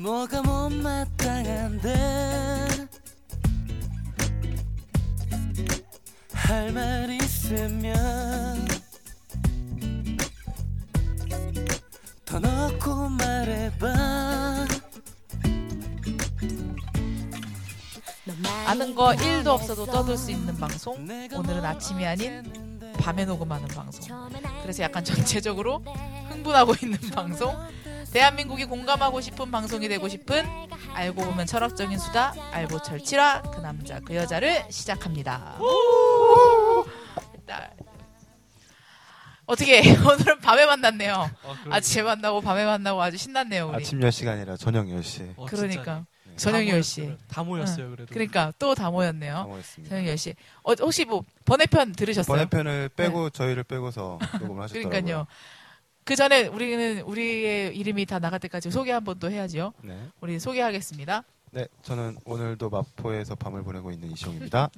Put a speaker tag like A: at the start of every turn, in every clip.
A: 뭐가 못마땅한데 할 말 있으면 더 넣고 말해봐
B: 아는 거 1도 없어도 떠들 수 있는 방송 오늘은 아침이 아닌
A: 아닌
B: 밤에 녹음하는 방송 그래서 약간 전체적으로 흥분하고 있는 방송 대한민국이 공감하고 싶은 방송이 되고 싶은 알고 보면 철학적인 수다 알고 철치라 그 남자 그 여자를 시작합니다 나- 어떻게 오늘은 밤에 만났네요 아침에 만나고 밤에 만나고 아주 신났네요 우리
C: 아침 10시가 아니라 저녁 10시
B: 그러니까 저녁 10시
D: 네. 다 모였어요 그래도
B: 그러니까 또 다 모였네요
C: 나오겠습니다.
B: 저녁 10시 어, 혹시 뭐 번외편 들으셨어요?
C: 번외편을 빼고 저희를 빼고서 녹음을 하셨더라고요.
B: 그러니까요. 그 전에 우리는 우리의 이름이 다 나갈 때까지 소개 한 번 또 해야지요.
C: 네.
B: 우리 소개하겠습니다.
C: 네, 저는 오늘도 마포에서 밤을 보내고 있는 이시용입니다.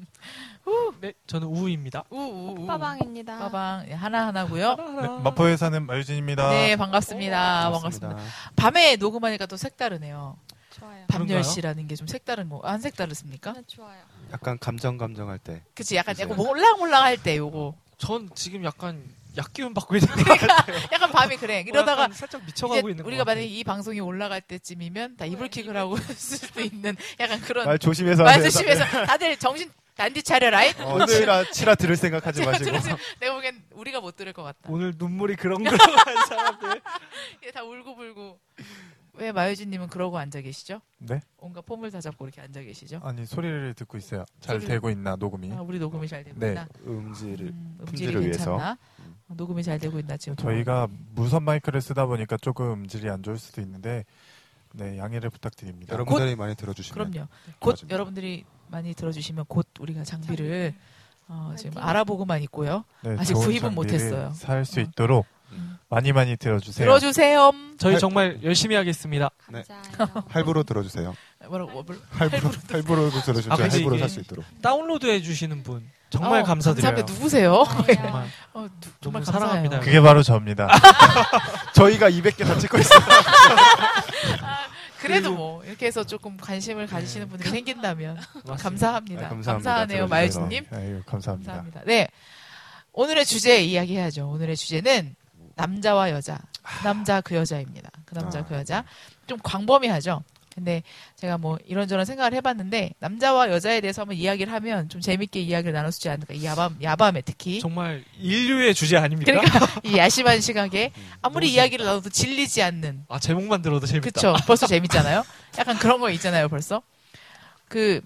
D: 네, 저는 우우입니다
B: 우우우.
E: 빠방입니다.
B: 빠방 하나 하나고요.
F: 네, 마포에 사는 마유진입니다.
B: 네 반갑습니다. 반갑습니다. 밤에 녹음하니까 또 색다르네요.
E: 좋아요.
B: 밤
D: 그런가요?
B: 10시라는 게 좀 색다른 거. 안 색다르습니까?
E: 네, 좋아요.
C: 약간 감정 감정할 때.
B: 그치 약간
C: 그죠.
B: 약간 몰랑몰랑 할 때 요거.
D: 전 지금 약간 약기운 받고 있는 거
B: 약간 밤이 그래. 이러다가
D: 약간 살짝
B: 이제
D: 미쳐가고 있는 거
B: 우리가 만약에 이 방송이 올라갈 때쯤이면 다 이불킥을 하고 있을 수도 있는 약간 그런
C: 말 네. 조심해서 하세요.
B: 말조심해서 다들 정신 단디 차려라이.
C: 어, 오늘이라 치라 들을 생각하지
B: 제가
C: 마시고.
B: 들으세요. 내가 보기엔 우리가 못 들을 것 같다.
D: 오늘 눈물이 그런 그런 한 사람들
B: 얘 다 울고불고. 왜 마유진님은 그러고 앉아 계시죠?
F: 네?
B: 온갖 폼을 다 잡고 이렇게 앉아 계시죠?
F: 아니 소리를 듣고 있어요. 잘
B: 소리를-
F: 되고 있나 녹음이?
B: 아, 우리 녹음이 잘 되고 있나?
C: 음질을
B: 음,
C: 네. 그 품질을
B: 음질이
C: 위해서.
B: 괜찮나? 어, 녹음이 잘 되고 있나 지금?
F: 저희가 무선 마이크를 쓰다 보니까 조금 음질이 안 좋을 수도 있는데 네 양해를 부탁드립니다.
C: 여러분들이 많이 들어주시면
B: 그럼요. 곧
C: 도와줍니다.
B: 여러분들이 많이 들어주시면 곧 우리가 장비를 어, 지금
E: 파이팅.
B: 알아보고만 있고요.
F: 네,
B: 아직
F: 좋은
B: 구입은
F: 장비를
B: 못했어요.
F: 살 수
B: 어.
F: 있도록
C: 음.
F: 많이 많이 들어주세요.
B: 들어주세요.
D: 저희 정말 열심히 하겠습니다
C: 네.
E: 감사해요.
C: 할부로 들어주세요.
B: 뭐라고 뭐,
C: 할부로 할부로 들어주세요.
D: 아, 그치,
C: 할부로
D: 이게-
C: 살 수 있도록.
D: 다운로드 해주시는 분 정말
B: 어,
D: 감사드려요
B: 감사합니다. 누구세요?
E: 감사해요.
D: 정말
B: 어, 누- 정말
D: 정말
B: 감사해요.
D: 사랑합니다
F: 그게 바로 저입니다.
C: 저희가 200개 다 찍고 있어요.
B: 그래도 뭐 이렇게 해서 조금 관심을 가지시는 분들이 생긴다면
D: 네. 맞습니다.
B: 감사합니다.
C: 아, 감사합니다.
B: 하네요
C: 들어주셔서.
B: 마유진님.
F: 아유, 감사합니다.
B: 감사합니다. 네. 오늘의 주제 이야기해야죠. 오늘의 주제는 남자와 여자.
D: 아.
B: 그 남자 그 여자입니다. 그 남자
C: 아.
B: 그 여자. 좀 광범위하죠. 근데 제가 뭐 이런저런 생각을 해봤는데 남자와 여자에 대해서 한번 이야기를 하면 좀 재밌게 이야기를 나눌 수 있지 않을까. 이 야밤 야밤에 특히
D: 정말 인류의 주제 아닙니까?
B: 그러니까 이 야심한 시각에 아무리
D: 음, 너무
B: 이야기를 나눠도 질리지 않는
D: 아 제목만 들어도 재밌다
B: 그쵸. 벌써 재밌잖아요. 약간 그런 거 있잖아요, 벌써. 그,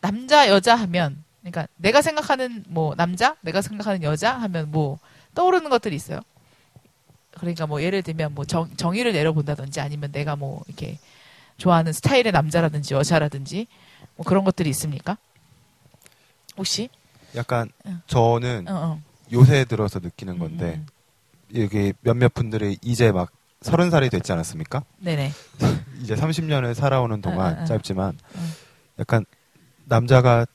B: 남자, 여자 하면, 그러니까 내가 생각하는 뭐, 남자, 내가 생각하는 여자 하면 뭐, 떠오르는 것들이 있어요. 그러니까 뭐, 예를 들면 뭐, 정, 정의를 내려본다든지 아니면 내가 뭐, 이렇게 좋아하는 스타일의 남자라든지 여자라든지 뭐 그런 것들이 있습니까? 혹시?
C: 약간
B: 응.
C: 저는
B: 어, 어.
C: 요새 들어서 느끼는 건데
B: 음,
C: 여기 몇몇 분들이 이제 막 서른 살이 됐지 않았습니까?
B: 네네.
C: 이제 30년을 살아오는 동안
B: 응, 응, 응.
C: 짧지만
B: 응.
C: 약간 남자가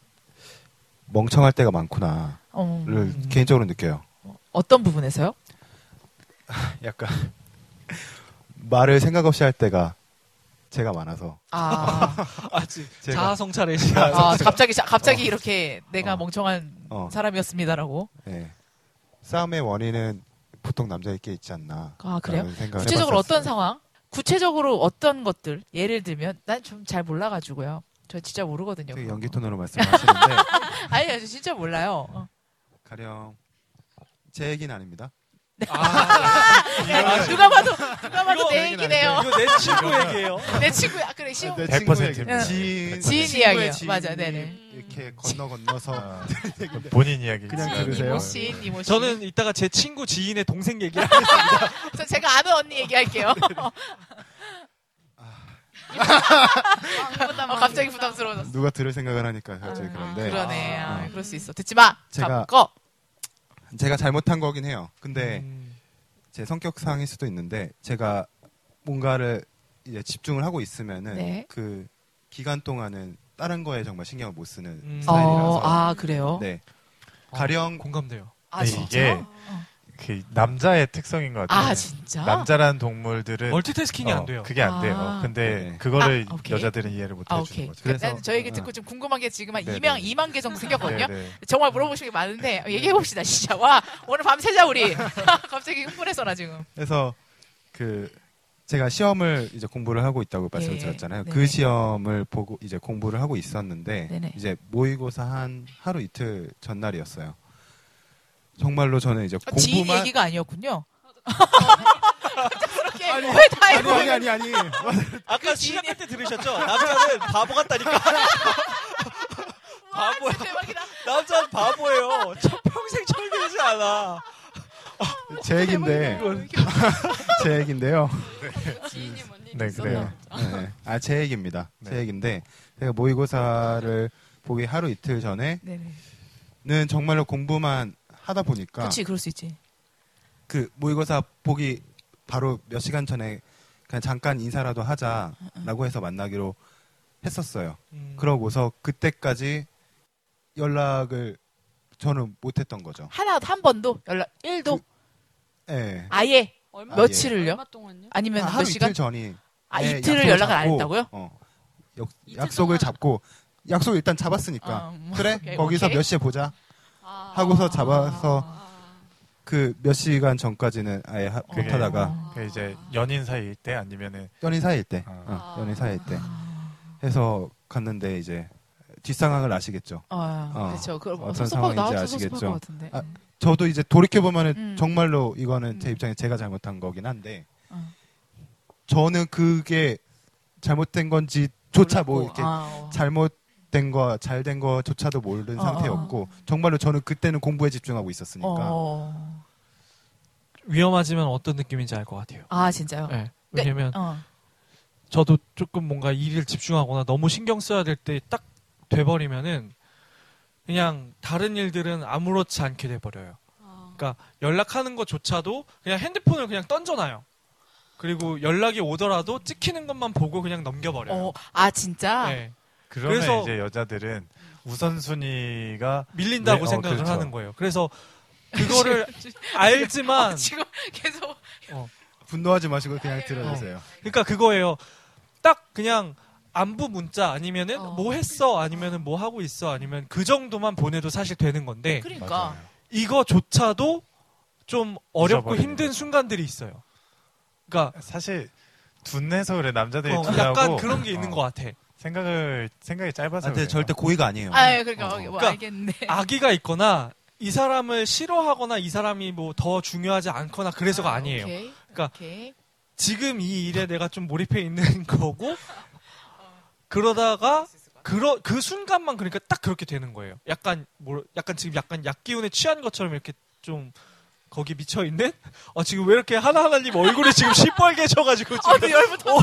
C: 멍청할 때가 많구나를
B: 어,
C: 개인적으로 느껴요.
B: 어떤 부분에서요?
C: 약간 말을 생각 없이 할 때가 제가 많아서
B: 아.
D: 아직
C: 제가-
D: 자아 성찰의
C: 자아
D: 시간
B: 아, 갑자기 자- 갑자기 이렇게 내가
C: 어.
B: 멍청한
C: 어.
B: 사람이었습니다라고.
C: 예. 싸움의 원인은 보통 남자에게 있지 않나.
B: 아, 그래요?
C: 라는 생각을
B: 구체적으로 어떤
C: 그러니까 해봤었어요.
B: 상황? 구체적으로 어떤 것들? 예를 들면 난 좀 잘 몰라 가지고요. 저 진짜 모르거든요.
C: 되게
B: 그런
C: 연기
B: 거.
C: 톤으로 말씀하시는데
B: 아니요. 저 진짜 몰라요. 어.
C: 가령 제 얘기는 아닙니다.
B: 야, 누가 봐도 누가 봐도
C: 아, 이거
B: 내 얘기네요.
D: 아, 이거 내 친구 얘기예요
B: 내 친구 아 그래 시험
C: 내
F: 100%
C: 친구의
B: 지인
C: 지인 친구의
B: 네. 이야기예요.
C: 지인이
B: 맞아, 네네.
C: 이렇게 건너 건너서
F: 아, 본인 이야기
C: 그냥
F: 있어요.
B: 지인
C: 들으세요.
B: 이모 시인 이모 씨.
D: 저는 이따가 제 친구 지인의 동생 얘기를
B: 저 제가 아는 언니 얘기할게요.
C: 아,
B: 어, 갑자기 부담스러워졌어.
C: 누가 들을 생각을 하니까 갑자기
B: 아,
C: 그런데
B: 그러네. 아,
C: 아.
B: 그럴 수 있어. 듣지 마.
C: 제가-
B: 거.
C: 제가 잘못한 거긴 해요. 근데
D: 음.
C: 제 성격상일 수도 있는데 제가 뭔가를 이제 집중을 하고 있으면은
B: 네.
C: 그 기간 동안은 다른 거에 정말 신경을 못 쓰는
D: 음.
C: 스타일이라서
B: 아, 어, 아 그래요?
C: 네 가령
D: 공감돼요.
B: 아
F: 네,
B: 진짜?
F: 이게 그 남자의 특성인 것 같아요.
B: 아 진짜?
F: 남자라는
D: 네.
F: 동물들은
D: 멀티태스킹이
F: 어,
D: 안 돼요.
F: 그게 안 돼요.
B: 아.
F: 근데
C: 네.
F: 그거를
B: 아, 오케이.
F: 여자들은 이해를 못
B: 아
F: 해주는
B: 오케이.
F: 거죠.
B: 그난 저에게 듣고 좀 궁금한 게 지금 한
F: 네네.
B: 2만 2만 개 정도 생겼거든요.
F: 네네.
B: 정말 물어보시는 게 많은데 얘기해 봅시다 진짜. 와 오늘 밤 새자 우리. 갑자기 흥분해서 나 지금.
C: 그래서 그 제가 시험을 이제 공부를 하고 있다고 말씀드렸잖아요.
B: 네.
C: 그 시험을 보고 이제 공부를 하고 있었는데
B: 네네.
C: 이제 모의고사 한 하루 이틀 전날이었어요. 정말로 저는 이제
B: 아, 지인
C: 공부만
B: 얘기가 아니었군요. 갑작스럽게 왜 다 알고
C: 아니 아니 아니 아니.
D: 아까
B: 그
D: 시작할 때 들으셨죠? 남자는 바보 같다니까.
B: 와, 진짜
D: 바보야.
B: 대박이다.
D: 남자는 바보예요. 첫 평생 철들지 않아.
C: 제 얘긴데
B: 네. 대박이다.
C: 제 얘긴데요.
E: 지인이 뭔 일이
F: 네,
E: 있었나
F: 그래요.
E: 보죠.
C: 네. 아제 얘기입니다. 제
F: 네.
C: 얘긴데 제가 모의고사를 보기 하루 이틀 전에는
B: 네네.
C: 정말로 공부만 하다 보니까
B: 그렇지 그럴 수 있지.
C: 그 모의고사 보기 바로 몇 시간 전에 그냥 잠깐 인사라도 하자라고 해서 만나기로 했었어요.
D: 음,
C: 그러고서 그때까지 연락을 저는 못했던 거죠.
B: 하나 한 번도 연락 1도
C: 예.
B: 아예
E: 얼마
B: 며칠을요?
E: 얼마 동안요?
B: 아니면
C: 아,
B: 몇
C: 하루
B: 시간?
C: 이틀 전이
B: 아
C: 예,
B: 이틀을
C: 약속을
B: 연락을 안
C: 잡고,
B: 했다고요?
C: 어. 역-
E: 이틀
C: 약속을
E: 동안.
C: 잡고 약속 일단 잡았으니까
B: 아, 뭐,
C: 그래
B: 오케이,
C: 거기서
B: 오케이.
C: 몇 시에 보자
E: 아,
C: 하고서 잡아서
E: 아,
C: 그 몇 시간 전까지는 아예 하-
B: 그게- 어.
C: 못하다가
F: 그 이제 연인 사이일 때 아니면은
C: 연인 사이일 때
F: 아.
C: 어, 연인 사이일 때 해서 갔는데 이제 뒷상황을 아시겠죠.
B: 아,
C: 어,
B: 그렇죠. 그럼
C: 어떤
B: 섭섭하고
C: 상황인지
B: 나와서 섭섭할
C: 아시겠죠?
B: 것 같은데.
C: 아, 저도 이제 돌이켜 보면은
B: 음.
C: 정말로 이거는 제
B: 음.
C: 입장에 제가 잘못한 거긴 한데
B: 어.
C: 저는 그게 잘못된 건지조차 뭐
B: 몰랐고.
C: 이렇게
B: 아, 어.
C: 잘못된 거 잘 된 거조차도 모르는
B: 어,
C: 상태였고 정말로 저는 그때는 공부에 집중하고 있었으니까 그러니까.
B: 어.
D: 위험하지만 어떤 느낌인지 알 것 같아요.
B: 아 진짜요?
D: 네. 왜냐면
B: 어.
D: 저도 조금 뭔가 일을 집중하거나 너무 신경 써야 될 때 딱 돼버리면은 그냥 다른 일들은 아무렇지 않게 돼버려요.
E: 아,
D: 그러니까 연락하는 것조차도 그냥 핸드폰을 그냥 던져놔요. 그리고 연락이 오더라도 찍히는 것만 보고 그냥 넘겨버려요.
B: 어, 아 진짜?
D: 네.
F: 그러면
D: 그래서-
F: 이제 여자들은 우선순위가
D: 밀린다고
F: 네, 어,
D: 생각을
F: 그렇죠. 어,
D: 하는 거예요. 그래서 그거를 알지만
B: 지금 계속
C: 분노하지 마시고 그냥 들어주세요.
D: 그러니까 그거예요. 딱 그냥 안부 문자 아니면은
B: 어.
D: 뭐 했어 아니면은 뭐 하고 있어 아니면 그 정도만 보내도 사실 되는 건데
B: 그러니까
C: 네,
F: 맞아요.
D: 이거조차도 좀 어렵고
F: 잊어버리는
D: 힘든
F: 거죠.
D: 순간들이 있어요. 그러니까
F: 사실 둔해서 네, 그래 남자들이
D: 어,
F: 둔하고
D: 약간 그런 게 있는
F: 어,
D: 것
B: 네.
D: 같아.
F: 생각을 생각이 짧아서
C: 나한테 네,
F: 그래요.
C: 절대 고의가 아니에요. 어,
B: 아 그러니까 뭐
D: 그러니까
B: 알겠는데
D: 아기가 있거나 이 사람을 싫어하거나 이 사람이 뭐 더 중요하지 않거나 그래서가
B: 아,
D: 아니에요.
B: 오케이.
D: 그러니까
B: 오케이.
D: 지금 이 일에 내가 좀 몰입해 있는 거고 그러다가 그러, 그 순간만 그러니까 딱 그렇게 되는 거예요. 약간 뭐 약간 지금 약간 약기운에 취한 것처럼 이렇게 좀 거기 미쳐 있는? 아 지금 왜 이렇게 하나하나님 얼굴이 지금 시뻘개져가지고 지금 어, 열부터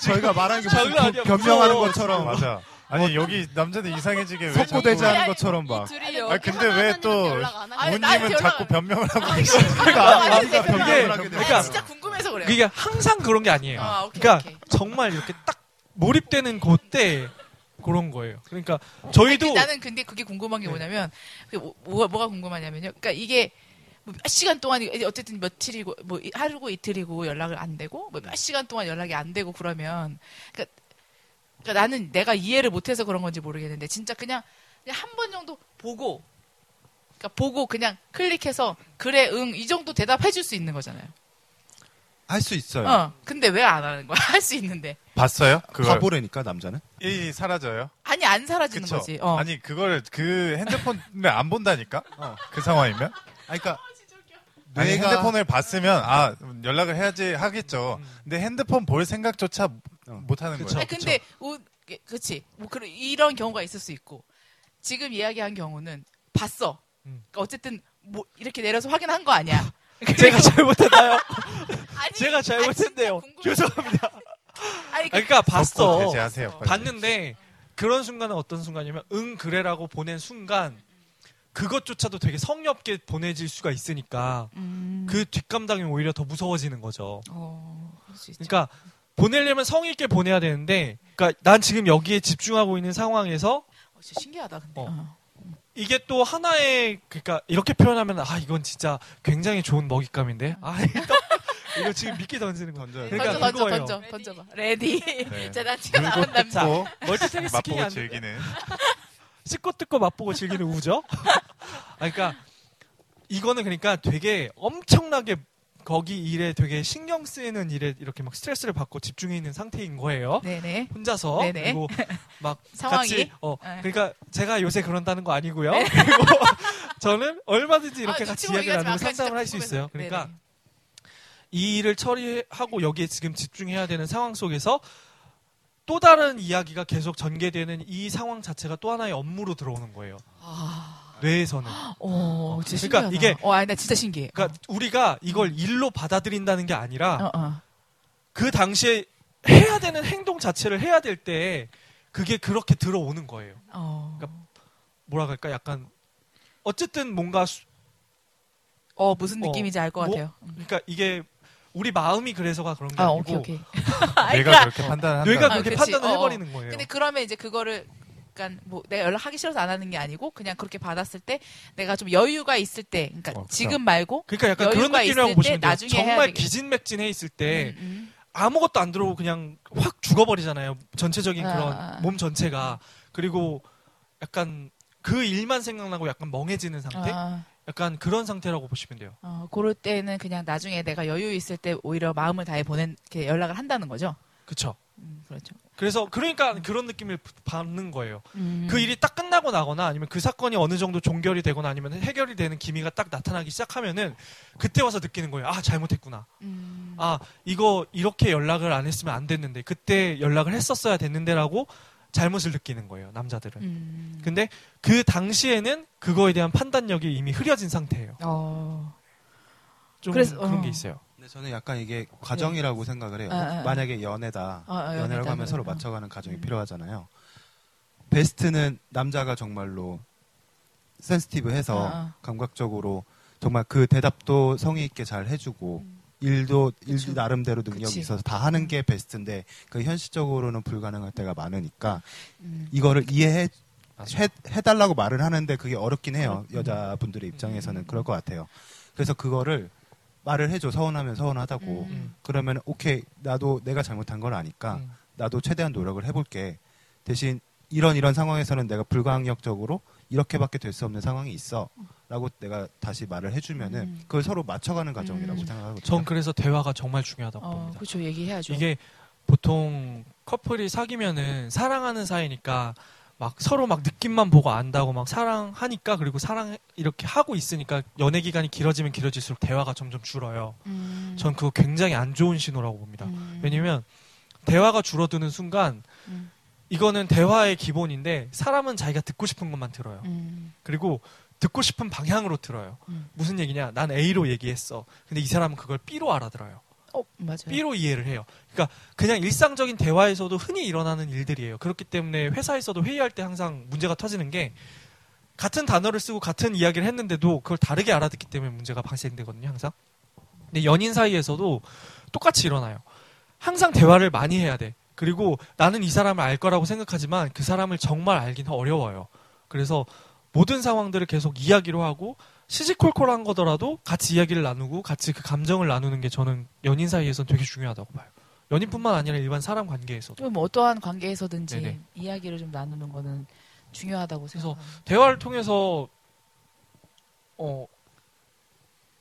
C: 저희가 말하는 게
D: 어, 장난
C: 무슨
D: 아니야. 어,
C: 변명하는
D: 무서워.
C: 것처럼
F: 맞아. 아니 여기 남자들 이상해지게 왜 자꾸
C: 석고대지
B: 아니,
C: 않은 것처럼
E: 이
C: 막
E: 둘이
F: 아니, 근데 왜
E: 하나님한테
F: 또-
E: 연락 안 하냐?
B: 아니, 나한테
F: 본인은
B: 연락-
F: 자꾸 변명을 하고
B: 아, 진짜
D: 그러니까
B: 궁금한데.
D: 변명을
F: 하게
B: 아니,
D: 그러니까-
B: 진짜 궁금해서 그래요.
D: 이게 항상 그런 게 아니에요.
B: 아, 오케이,
D: 그러니까
B: 오케이.
D: 정말 이렇게 딱 몰입되는 그때 그런 거예요. 그러니까 저희도
B: 아니, 나는 근데 그게 궁금한 게
F: 네.
B: 뭐냐면 그게 뭐, 뭐가, 뭐가 궁금하냐면요. 그러니까 이게 뭐몇 시간 동안 이거- 어쨌든 며칠이고 뭐 이- 하루고 이틀이고 연락을 안 되고
F: 네.
B: 뭐몇 시간 동안 연락이 안 되고 그러면 그러니까, 그러니까 나는 내가 이해를 못해서 그런 건지 모르겠는데 진짜 그냥, 한 번 정도 보고 그러니까 보고 그냥 클릭해서 그래 응 이 정도 대답해 줄 수 있는 거잖아요.
C: 할 수
F: 네.
C: 있어요.
B: 어. 근데 왜 안 하는 거야? 할 수 있는데.
F: 봤어요? 그걸
C: 바보라니까 남자는.
F: 이 사라져요.
B: 아니 안 사라지는
F: 그쵸?
B: 거지. 어.
F: 아니 그걸 그 핸드폰을 안 본다니까.
C: 어.
F: 그 상황이면
C: 아니, 그러니까
F: 아니,
C: 뇌가
B: 네.
F: 핸드폰을 봤으면 아 연락을 해야지 하겠죠.
D: 음.
F: 근데 핸드폰 볼 생각조차 못하는
D: 그쵸.
F: 거예요.
B: 아니, 근데 우, 예, 그치 뭐 그런 이런 경우가 있을 수 있고 지금 이야기한 경우는 봤어.
D: 음.
B: 그러니까 어쨌든 뭐 이렇게 내려서 확인한 거 아니야.
D: 제가 잘못했나요?
B: 아니,
D: 제가
B: 아, 진짜
D: 잘못했네요.
B: 궁금해.
D: 죄송합니다.
B: 아니, 그,
D: 그러니까 봤어.
F: 제재하세요. 빨리.
D: 봤는데 그런 순간은 어떤 순간이냐면 응 그래라고 보낸 순간 그것조차도 되게 성의없게 보내질 수가 있으니까
B: 음,
D: 그 뒷감당이 오히려 더 무서워지는 거죠.
B: 어, 그럴 수 있죠.
D: 그러니까 보내려면 성의 있게 보내야 되는데 그러니까 난 지금 여기에 집중하고 있는 상황에서
B: 어, 진짜 신기하다 근데.
D: 어.
B: 어.
D: 이게 또 하나의 그러니까 이렇게 표현하면 아 이건 진짜 굉장히 좋은 먹잇감인데 아 이거, 이거 지금 미끼 던지는 거
C: 던져요.
D: 그러니까
B: 던져 던져
D: 그거예요.
B: 던져
E: 레디.
B: 던져봐 레디
F: 네.
B: 자, 난 지금 안
F: 물고
B: 한답니다.
F: 뜯고
D: 멀티태스킹이
F: 맛보고
D: 안 돼.
F: 즐기는
D: 씻고 뜯고 맛보고 즐기는 우죠. 아, 그러니까 이거는 그러니까 되게 엄청나게 거기 일에 되게 신경 쓰이는 일에 이렇게 막 스트레스를 받고 집중해 있는 상태인 거예요.
B: 네네
D: 혼자서
B: 네네.
D: 그리고 막
B: 상황이?
D: 같이 어
B: 네.
D: 그러니까 제가 요새 그런다는 거 아니고요. 그리고 저는 얼마든지 이렇게
B: 아,
D: 같이
B: 친구가 얘기하지
D: 이야기를 나누고
B: 마. 아까
D: 상담을 할 수
B: 진짜
D: 있어요.
B: 궁금해서.
D: 그러니까 이 일을 처리하고 여기에 지금 집중해야 되는 상황 속에서 또 다른 이야기가 계속 전개되는 이 상황 자체가 또 하나의 업무로 들어오는 거예요. 뇌에서는.
B: 네네. 오 아. 어, 진짜 신기하다
D: 그러니까 이게-
B: 어 아니 나 진짜 신기해
D: 그러니까 우리가 이걸 일로 받아들인다는 게 아니라
B: 어, 어.
D: 그 당시에 해야 되는 행동 자체를 해야 될 때 그게 그렇게 들어오는 거예요.
B: 어.
D: 그러니까 뭐라 그럴까? 약간 어쨌든 뭔가 수-
B: 어 무슨
D: 어,
B: 느낌인지 알 것
D: 뭐?
B: 같아요 음.
D: 그러니까 이게 우리 마음이 그래서가 그런 게
B: 아
D: 아니고
B: 오케이 오케이
F: 뇌가 그렇게 판단을 한다.
D: 뇌가
B: 아,
D: 그렇게
B: 그치.
D: 판단을
B: 어, 어.
D: 해버리는 거예요.
B: 그러니까 근데 그러면 이제 그거를 그러니까 뭐 내가 연락하기 싫어서 안 하는 게 아니고 그냥 그렇게 받았을 때 내가 좀 여유가 있을 때 그러니까
F: 어, 그쵸.
B: 지금 말고
D: 그러니까 약간 그런
B: 여유가
D: 느낌이라고
B: 있을
D: 보시면
B: 때
D: 돼요.
B: 나중에 해야
D: 정말
B: 되겠다.
D: 기진맥진해 있을 때
B: 음, 음.
D: 아무것도 안 들어오고 그냥 확 죽어버리잖아요. 전체적인
B: 아, 아, 아.
D: 그런 몸 전체가 그리고 약간 그 일만 생각나고 약간 멍해지는 상태,
B: 아,
D: 약간 그런 상태라고 보시면 돼요.
B: 어, 그럴 때는 그냥 나중에 내가 여유 있을 때 오히려 마음을 다해 보낸 이렇게 연락을 한다는 거죠.
D: 그렇죠.
B: 음, 그렇죠.
D: 그래서 그러니까 그런 느낌을 받는 거예요.
B: 음.
D: 그 일이 딱 끝나고 나거나 아니면 그 사건이 어느 정도 종결이 되거나 아니면 해결이 되는 기미가 딱 나타나기 시작하면은 그때 와서 느끼는 거예요. 아 잘못했구나.
B: 음.
D: 아 이거 이렇게 연락을 안 했으면 안 됐는데 그때 연락을 했었어야 됐는데라고 잘못을 느끼는 거예요. 남자들은.
B: 음.
D: 네. 근데 그 당시에는 그거에 대한 판단력이 이미 흐려진 상태예요.
B: 어.
D: 좀
B: 그래서-
D: 그런
B: 어.
D: 게 있어요.
C: 근데 저는 약간 이게 과정이라고 생각을 해요.
B: 아, 아, 아.
C: 만약에 연애다,
B: 아, 아,
C: 연애라고
B: 연애다.
C: 하면 서로
B: 어.
C: 맞춰가는 과정이
B: 음.
C: 필요하잖아요. 베스트는 남자가 정말로 센스티브해서
B: 아, 아.
C: 감각적으로 정말 그 대답도 성의 있게 잘 해주고 일도 일 나름대로
B: 음.
C: 능력이
B: 그치. 음.
C: 있어서 다 하는 게 베스트인데 그 현실적으로는 불가능할 때가 많으니까
B: 음.
C: 이거를 이해해
D: 맞아요.
C: 해, 해달라고 말은 하는데 그게 어렵긴 해요. 여자분들의 입장에서는 그럴 것 같아요. 그래서 그거를 말을 해줘. 서운하면 서운하다고.
B: 음.
C: 그러면 오케이 나도 내가 잘못한 걸 아니까
D: 음.
C: 나도 최대한 노력을 해볼게. 대신 이런 이런 상황에서는 내가 불가항력적으로 이렇게밖에 될 수 없는 상황이 있어라고 내가 다시 말을 해주면은
B: 음.
C: 그걸 서로 맞춰가는 과정이라고
B: 음.
C: 생각하거든요.
D: 전 그래서 대화가 정말 중요하다고
B: 어,
D: 봅니다.
B: 그렇죠. 얘기해야죠.
D: 이게 보통 커플이 사귀면은 사랑하는 사이니까 막 서로 막 느낌만 보고 안다고 막 사랑하니까 그리고 사랑 이렇게 하고 있으니까 연애 기간이 길어지면 길어질수록 대화가 점점 줄어요.
B: 음.
D: 전 그거 굉장히 안 좋은 신호라고 봅니다.
B: 음.
D: 왜냐면 대화가 줄어드는 순간
B: 음.
D: 이거는 대화의 기본인데 사람은 자기가 듣고 싶은 것만 들어요.
B: 음.
D: 그리고 듣고 싶은 방향으로 들어요.
B: 음.
D: 무슨 얘기냐? 난 A로 얘기했어. 근데 이 사람은 그걸 B로 알아들어요.
B: 어, 맞아요.
D: B로 이해를 해요. 그러니까 그냥 일상적인 대화에서도 흔히 일어나는 일들이에요. 그렇기 때문에 회사에서도 회의할 때 항상 문제가 터지는 게 같은 단어를 쓰고 같은 이야기를 했는데도 그걸 다르게 알아듣기 때문에 문제가 발생되거든요, 항상. 근데 연인 사이에서도 똑같이 일어나요. 항상 대화를 많이 해야 돼. 그리고 나는 이 사람을 알 거라고 생각하지만 그 사람을 정말 알긴 어려워요. 그래서 모든 상황들을 계속 이야기로 하고 시시콜콜한 거더라도 같이 이야기를 나누고 같이 그 감정을 나누는 게 저는 연인 사이에선 되게 중요하다고 봐요. 연인뿐만 아니라 일반 사람 관계에서도
B: 좀뭐 어떠한 관계에서든지
D: 네네.
B: 이야기를 좀 나누는 거는 중요하다고
D: 그래서
B: 생각합니다.
D: 대화를 통해서 어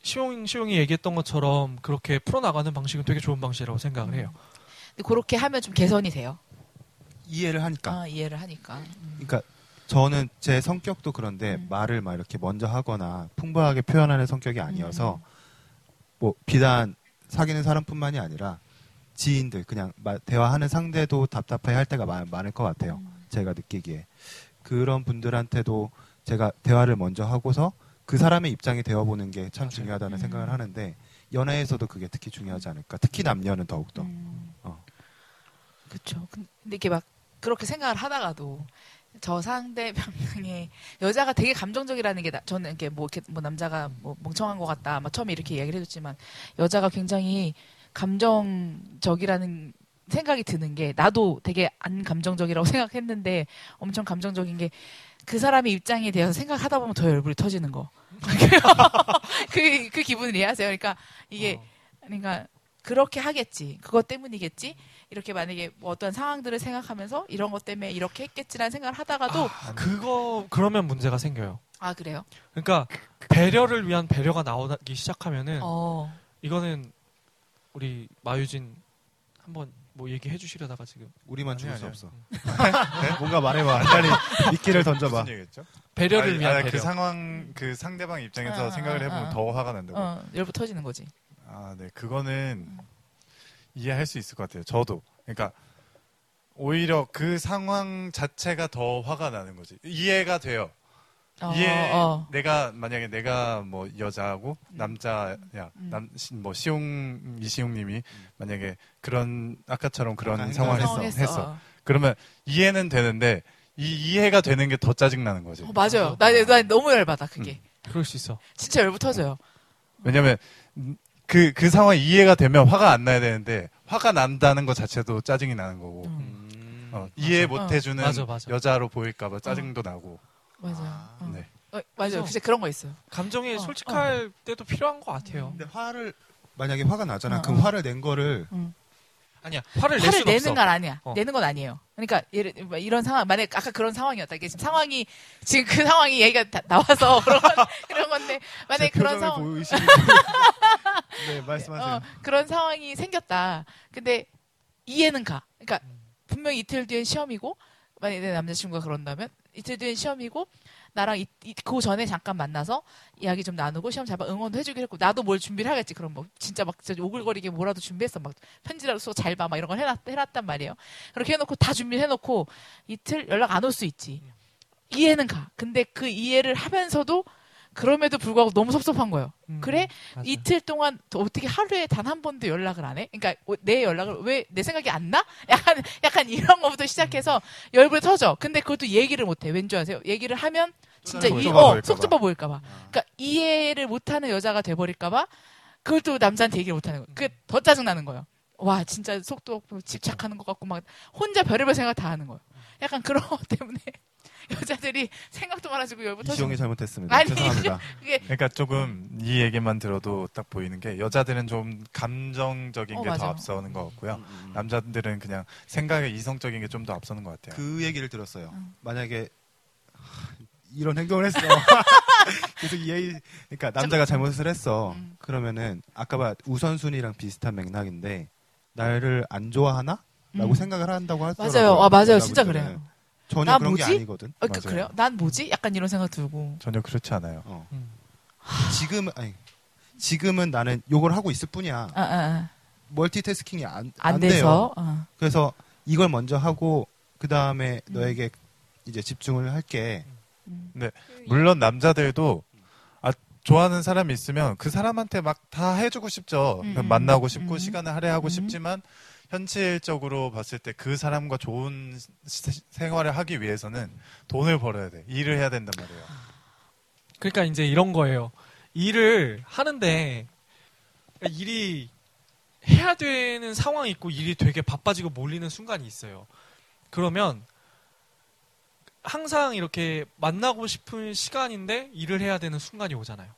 D: 시용 시용이 얘기했던 것처럼 그렇게 풀어나가는 방식은 되게 좋은 방식이라고 생각을 해요.
B: 음. 근데 그렇게 하면 좀 개선이 돼요.
C: 이해를 하니까.
D: 그러니까.
B: 아, 이해를 하니까. 음.
C: 그러니까 저는 제 성격도 그런데
F: 네.
B: 음.
C: 말을 막 이렇게 먼저 하거나 풍부하게 표현하는 성격이 아니어서
F: 음.
C: 뭐 비단 사귀는 사람뿐만이 아니라 지인들 그냥 마- 대화하는 상대도 답답해 할 때가 많, 을것 같아요.
F: 음.
B: 음.
C: 제가 느끼기에 그런 분들한테도 제가 대화를 먼저 하고서 그 사람의 입장이 되어보는 게 참
D: 맞아요.
C: 중요하다는
B: 음.
C: 생각을 하는데 연애에서도 그게 특히 중요하지 않을까. 특히 남녀는 더욱더.
B: 음.
C: 어.
B: 그렇죠. 근데 이렇게 막 그렇게 생각을 하다가도 저 상대방의 여자가 되게 감정적이라는 게 나- 저는 이렇게 뭐 이렇게 뭐 남자가 뭐 멍청한 것 같다. 막 처음에 이렇게 이야기를 해줬지만 여자가 굉장히 감정적이라는 생각이 드는 게 나도 되게 안 감정적이라고 생각했는데 엄청 감정적인 게 그 사람의 입장에 대해서 생각하다 보면 더 얼굴이 터지는 거. 그, 그 기분을 이해하세요. 그러니까 이게
D: 어.
B: 그러니까 그렇게 하겠지. 그것 때문이겠지. 이렇게 만약에 뭐 어떤 상황들을 생각하면서 이런 것 때문에 이렇게 했겠지라는 생각을 하다가도
D: 아, 그거 그러면 문제가 생겨요.
B: 아 그래요.
D: 그러니까 배려를 위한 배려가 나오기 시작하면은
B: 어.
D: 이거는 우리 마유진 한번 뭐 얘기해 주시려다가 지금
C: 우리만
F: 아니,
C: 죽을 수
F: 아니요.
C: 없어. 네? 뭔가 말해봐. 빨리 미끼를 던져봐.
F: 무슨 얘기했죠?
D: 배려를
F: 아니,
D: 위한
F: 아니,
D: 배려.
F: 그 상황 그 상대방 입장에서
B: 아,
F: 생각을
B: 아,
F: 해보면
B: 아.
F: 더 화가 난다고.
B: 어, 열부 터지는 거지.
F: 아, 네. 그거는 이해할 수 있을 것 같아요. 저도. 그러니까 오히려 그 상황 자체가 더 화가 나는 거지. 이해가 돼요.
B: 어,
F: 이해.
B: 어. 음.
F: 내가 만약에 내가 뭐 여자하고 남자야, 남뭐 시용 이시용님이 만약에 그런 아까처럼
C: 그런
F: 그런 상황을
C: 행동을
F: 했어.
B: 했어.
F: 했어. 그러면 이해는 되는데 이 이해가 되는 게 더 짜증 나는 거지.
B: 어, 맞아요. 나, 나 너무 열받아 그게.
D: 그럴 수 있어.
B: 진짜 열부 터져요.
F: 왜냐면 그 그 상황 이해가 되면 화가 안 나야 되는데 화가 난다는 것 자체도 짜증이 나는 거고
B: 음,
F: 어, 이해 못
B: 맞아.
F: 해주는
D: 맞아, 맞아.
F: 여자로
C: 어.
F: 보일까봐 짜증도 나고
B: 맞아요. 어.
F: 네.
B: 어, 맞아요.
D: 그래서-
B: 진짜 그런 거 있어요.
D: 감정에
B: 어,
D: 솔직할 때도 필요한 것 같아요.
F: 음.
C: 근데 화를 만약에 화가 나잖아.
B: 어,
C: 그
B: 어.
C: 화를 낸 거를
D: 아니야 화를, 낼
B: 화를
D: 수는
B: 내는
D: 없어.
B: 건 아니야.
D: 어.
B: 내는 건 아니에요. 그러니까 예를, 뭐 이런 상황 만약 아까 그런 상황이었다. 이게 지금 상황이 지금 그 상황이 얘기가 다- 나와서 그런 건- 그런 건데 만약 아, 네, 그런 상황
C: 보이시는 네 말씀하세요.
B: 어, 그런 상황이 생겼다. 근데 이해는 가. 그러니까
D: 음.
B: 분명히 이틀 뒤엔 시험이고 만약에 내 남자친구가 그런다면 이틀 뒤엔 시험이고 나랑 이, 이- 그 전에 잠깐 만나서 이야기 좀 나누고 시험 잡아 응원도 해주기로 했고 나도 뭘 준비를 하겠지 그럼 뭐 진짜 막 진짜 오글거리게 뭐라도 준비했어 막 편지라도 써 잘 봐 막 이런 걸 해놨, 해놨단 말이에요 그렇게 해놓고 다 준비를 해놓고 이틀 연락 안 올 수 있지 이해는 가 근데 그 이해를 하면서도 그럼에도 불구하고 너무 섭섭한 거예요
D: 음,
B: 그래
D: 맞아.
B: 이틀 동안 또 어떻게 하루에 단 한 번도 연락을 안 해? 그러니까 어, 내 연락을 왜 내 생각이 안 나? 약간 약간 이런 거부터 시작해서 열불 터져. 근데 그것도 얘기를 못 해. 왠지 아세요? 얘기를 하면 진짜
F: 다른
B: 이
F: 속 좁아
B: 어,
F: 보일까
B: 속
F: 봐.
B: 좁아 보일까 봐. 그러니까 이해를 못 하는 여자가 돼 버릴까 봐. 그걸 또 남자한테 얘기를 못 하는 거예요. 그게 더 짜증 나는 거예요. 와, 진짜 속도 없고 집착하는 것 같고 막 혼자 별의별 생각 다 하는 거예요. 약간 그런 것 때문에 여자들이 생각도 많아지고 열불 터지고
C: 이시용이 잘못했습니다.
B: 아니,
C: 죄송합니다.
B: 그게
F: 그러니까 조금 이 얘기만 들어도 딱 보이는 게 여자들은 좀 감정적인
B: 어,
F: 게 더
B: 맞아. 음.
F: 앞서는 것 같고요 남자들은 그냥 생각에 이성적인 게 좀 더 앞서는 것 같아요.
C: 그 얘기를 들었어요. 만약에 하, 이런 행동을 했어. 계속 예의, 그러니까 남자가 잘못을 했어.
B: 음.
C: 그러면은 아까 봐 우선순위랑 비슷한 맥락인데 나를 안 좋아하나? 라고
B: 음.
C: 생각을 한다고 하더라고요.
B: 맞아요. 아, 맞아요. 진짜
C: 여자분들은.
B: 그래요.
C: 전혀
B: 나
C: 그런 게
B: 뭐지?
C: 아니거든.
B: 어, 그,
F: 맞아요.
B: 그래요? 난 뭐지? 약간 이런 생각 들고.
F: 전혀 그렇지 않아요.
C: 어.
D: 음.
C: 지금 아니 지금은 나는 요걸 하고 있을 뿐이야.
B: 아, 아, 아.
C: 멀티태스킹이 안, 안,
B: 안,
C: 돼요.
B: 돼서. 어.
C: 그래서 이걸 먼저 하고 그 다음에
B: 음.
C: 너에게 이제 집중을 할게.
B: 음.
F: 아, 물론 남자들도 아, 좋아하는 사람이 있으면 그 사람한테 막 다 해주고 싶죠.
B: 음,
F: 그냥
B: 음,
F: 만나고 싶고
B: 음.
F: 시간을 할애하고
B: 음.
F: 싶지만 현실적으로 봤을 때 그 사람과 좋은 시- 생활을 하기 위해서는 돈을 벌어야 돼. 일을 해야 된단 말이에요.
D: 그러니까 이제 이런 거예요. 일을 하는데 그러니까 일이 해야 되는 상황이 있고 일이 되게 바빠지고 몰리는 순간이 있어요. 그러면 항상 이렇게 만나고 싶은 시간인데 일을 해야 되는 순간이 오잖아요.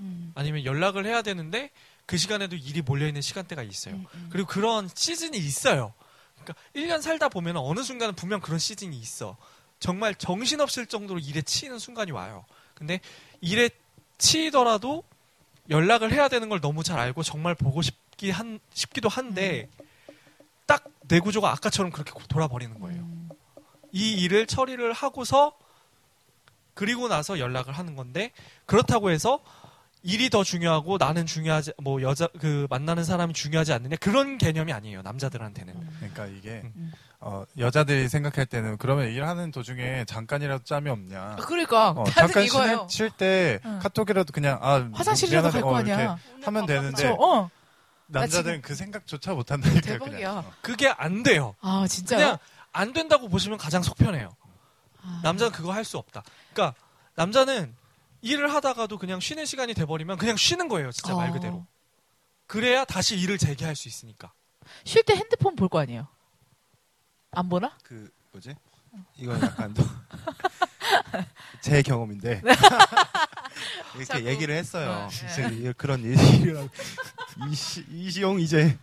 B: 음.
D: 아니면 연락을 해야 되는데 그 시간에도 일이 몰려있는 시간대가 있어요.
B: 음, 음.
D: 그리고 그런 시즌이 있어요. 그러니까 1년 살다 보면 어느 순간은 분명 그런 시즌이 있어. 정말 정신없을 정도로 일에 치이는 순간이 와요. 근데 일에 치이더라도 연락을 해야 되는 걸 너무 잘 알고 정말 보고 싶기 한, 싶기도 한데 딱 내 구조가 아까처럼 그렇게 고- 돌아버리는 거예요.
B: 음.
D: 이 일을 처리를 하고서 그리고 나서 연락을 하는 건데 그렇다고 해서 일이 더 중요하고 나는 중요하지 뭐 여자 그 만나는 사람이 중요하지 않느냐 그런 개념이 아니에요 남자들한테는
F: 그러니까 이게
B: 음.
F: 어, 여자들이 생각할 때는 그러면 일하는 도중에 잠깐이라도 짬이 없냐.
B: 아, 그러니까.
F: 어,
B: 다들
F: 잠깐
B: 이거예요.
F: 쉴 때
B: 응.
F: 카톡이라도 그냥 아
B: 화장실이라도 갈 거
F: 미안하다. 어, 이렇게
B: 아니야.
F: 하면 되는데
E: 네.
B: 저, 어.
F: 남자들은 그 생각조차 못 한다니까 어.
B: 대박이야.
D: 그게 안 돼요
B: 아, 진짜요?
D: 그냥 안 된다고 보시면 가장 속편해요
B: 아.
D: 남자는 그거 할 수 없다 그러니까 남자는 일을 하다가도 그냥 쉬는 시간이 돼버리면 그냥 쉬는 거예요 진짜 말
B: 어.
D: 그대로 그래야 다시 일을 재개할 수 있으니까
B: 쉴 때 핸드폰 볼 거 아니에요? 안 보나?
C: 그 뭐지? 이건 약간 또 제 경험인데 이렇게
B: 네. 자꾸-
C: 얘기를 했어요.
B: 네.
C: 이제 그런 일이 이시 이시용 이제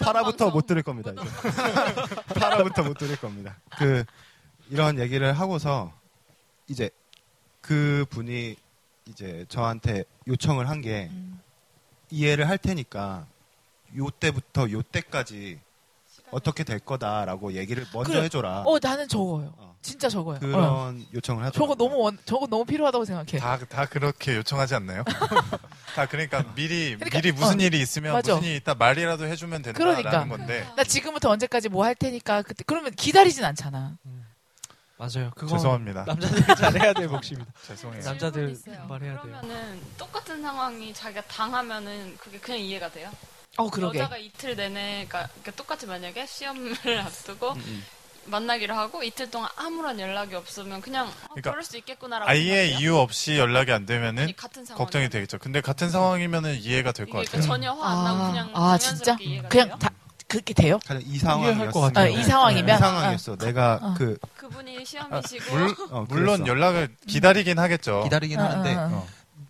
C: 파라부터 못 들을 겁니다. 이제. 파라부터 못 들을 겁니다. 그 이런 얘기를 하고서 이제 그 분이 이제 저한테 요청을 한 게
B: 음.
C: 이해를 할 테니까 요 때부터 요 때까지 어떻게 될 거다라고 얘기를 먼저
B: 그래.
C: 해줘라.
B: 어 나는 적어요.
C: 어.
B: 진짜 적어요. 어.
C: 그런 요청을 하더라고요.
B: 저거 너무 원, 저거 너무 필요하다고 생각해.
F: 다, 다 그렇게 요청하지 않나요? 다 그러니까 미리
B: 그러니까,
F: 미리 무슨
B: 어,
F: 일이 있으면
B: 맞아.
F: 무슨 일이 있다 말이라도 해주면 된다라는
B: 그러니까.
F: 건데
E: 네,
B: 나 지금부터 언제까지 뭐 할 테니까 그때 그러면 기다리진 않잖아.
D: 맞아요. 그건
F: 죄송합니다.
D: 남자들이 잘해야 될 몫입니다.
F: 죄송해요.
D: 남- 남자들 말해야 돼요.
E: 그러면은 똑같은 상황이 자기가 당하면은 그게 그냥 이해가 돼요?
B: 어 그러게.
E: 여자가 이틀 내내 그러니까, 그러니까 똑같이 만약에 시험을 앞두고
C: 음, 음.
E: 만나기로 하고 이틀 동안 아무런 연락이 없으면 그냥 어,
F: 그러니까
E: 그럴 수 있겠구나라고
F: 아예
E: 생각해요?
F: 이유 없이 연락이 안 되면은
E: 아니,
B: 그러니까.
E: 같은 상황
F: 걱정이 되겠죠. 근데 같은 상황이면은 이해가 될 것
E: 이게
F: 같아요.
E: 그 전혀 화 안 나고 그냥
B: 아
E: 자연스럽게
B: 진짜
E: 이해가 돼요?
B: 그냥 다 그렇게 돼요?
C: 가장 이
D: 이해할 것
C: 상황이었어.
D: 같아요.
B: 아, 이 상황이면?
C: 이 상황이었어. 내가
B: 어.
C: 그
E: 그분이 시험이시고
F: 물-
C: 어,
F: 물론
C: 그랬어.
F: 연락을 기다리긴 하겠죠.
C: 기다리긴
B: 어,
C: 하는데
B: 어,
F: 어.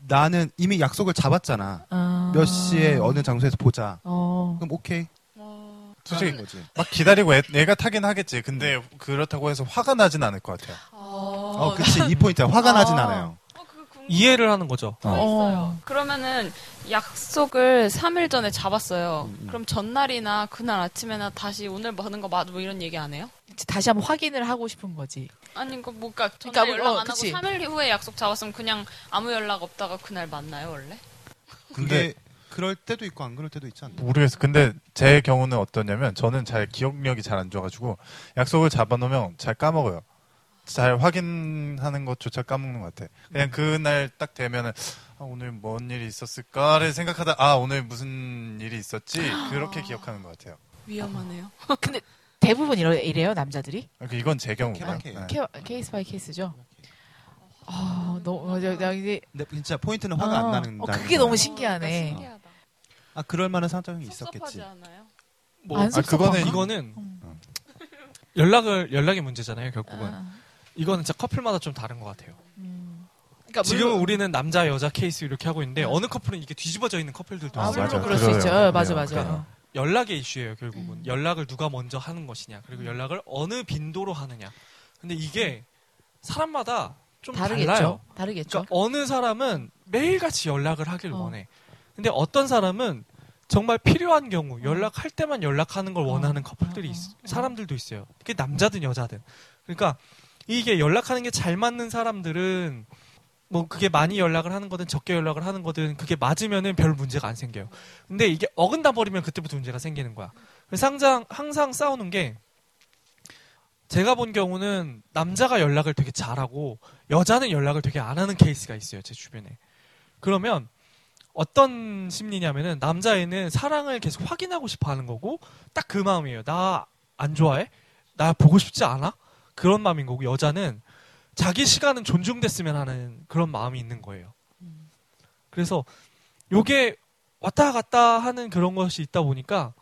C: 나는 이미 약속을 잡았잖아.
B: 어.
C: 몇 시에 어느 장소에서 보자.
B: 어.
C: 그럼 오케이.
E: 어,
F: 솔직히
C: 하는 거지.
F: 막 기다리고 애, 애가 타긴 하겠지. 근데 그렇다고 해서 화가 나진 않을 것 같아요.
E: 어,
C: 어, 그치. 이 포인트야. 화가 나진
B: 어.
C: 않아요.
E: 어, 그거 궁금해.
D: 이해를 하는 거죠.
E: 더 있어요. 그러면은 약속을 3일 전에 잡았어요.
C: 음, 음.
E: 그럼 전날이나 그날 아침에나 다시 오늘 뭐 하는 거 맞아? 뭐 이런 얘기 안 해요?
B: 다시 한번 확인을 하고 싶은 거지.
E: 아니 그 뭐가 전날
B: 그러니까 뭐,
E: 연락
B: 어,
E: 안 하고
B: 그치.
E: 3일 후에 약속 잡았으면 그냥 아무 연락 없다가 그날 만나요 원래?
C: 근데 그럴 때도 있고 안 그럴 때도 있지 않나?
F: 모르겠어. 근데 제 경우는 어떠냐면 저는 잘 기억력이 잘 안 좋아가지고 약속을 잡아놓으면 잘 까먹어요. 잘 확인하는 것조차 까먹는 것 같아. 그냥 그날 딱 되면은 아, 오늘 뭔 일이 있었을까를 생각하다 아 오늘 무슨 일이 있었지 그렇게 기억하는 것 같아요.
E: 위험하네요.
B: 근데 대부분 이러, 이래요 남자들이?
F: 그러니까 이건 제 경우예요.
C: 케바케예요.
F: 네.
B: 케, 케이스 바이 케이스죠. 아 너무 어, 저- 나 이제
C: 근데 진짜 포인트는 화가 안
B: 어.
C: 나는
B: 어,
C: 다
B: 그게 너무 신기하네.
E: 그러니까 신기하다.
C: 아 그럴 만한 상황이 있었겠지.
E: 섭섭하지 않아요?
D: 뭐
B: 안
F: 아, 그거는
B: 섭섭한가?
D: 이거는
B: 음.
D: 연락을 연락의 문제잖아요. 결국은
B: 아,
D: 이거는 진짜 커플마다 좀 다른 것 같아요.
B: 음. 그러니까
D: 지금은
B: 물론-
D: 우리는 남자 여자 케이스 이렇게 하고 있는데 어느 커플은 이게 뒤집어져 있는
B: 네.
D: 커플들도
B: 아,
F: 어,
D: 있어요.
B: 물론
F: 맞아.
B: 그럴 수
F: 그래요.
B: 있죠. 예,
F: 그래요.
B: 맞아 맞아.
F: 그래요.
D: 연락의 이슈예요 결국은
B: 음.
D: 연락을 누가 먼저 하는 것이냐 그리고 연락을 어느 빈도로 하느냐 근데 이게 사람마다 좀
B: 다르겠죠.
D: 달라요
B: 다르겠죠.
D: 그러니까 어느 사람은 매일같이 연락을 하길
B: 어.
D: 원해 근데 어떤 사람은 정말 필요한 경우 연락할 때만 연락하는 걸 원하는 커플들이
B: 음. 어, 어,
D: 있-
B: 어.
D: 사람들도 있어요 그게 남자든 여자든 그러니까 이게 연락하는 게 잘 맞는 사람들은 뭐 그게 많이 연락을 하는 거든 적게 연락을 하는 거든 그게 맞으면은 별 문제가 안 생겨요. 근데 이게 어긋나 버리면 그때부터 문제가 생기는 거야. 그래서 항상 항상 싸우는 게 제가 본 경우는 남자가 연락을 되게 잘하고 여자는 연락을 되게 안 하는 케이스가 있어요 제 주변에. 그러면 어떤 심리냐면은 남자애는 사랑을 계속 확인하고 싶어하는 거고 딱 그 마음이에요. 나 안 좋아해? 나 보고 싶지 않아? 그런 마음인 거고 여자는 자기 시간은 존중됐으면 하는 그런 마음이 있는 거예요. 그래서 요게 왔다 갔다 하는 그런 것이 있다 보니까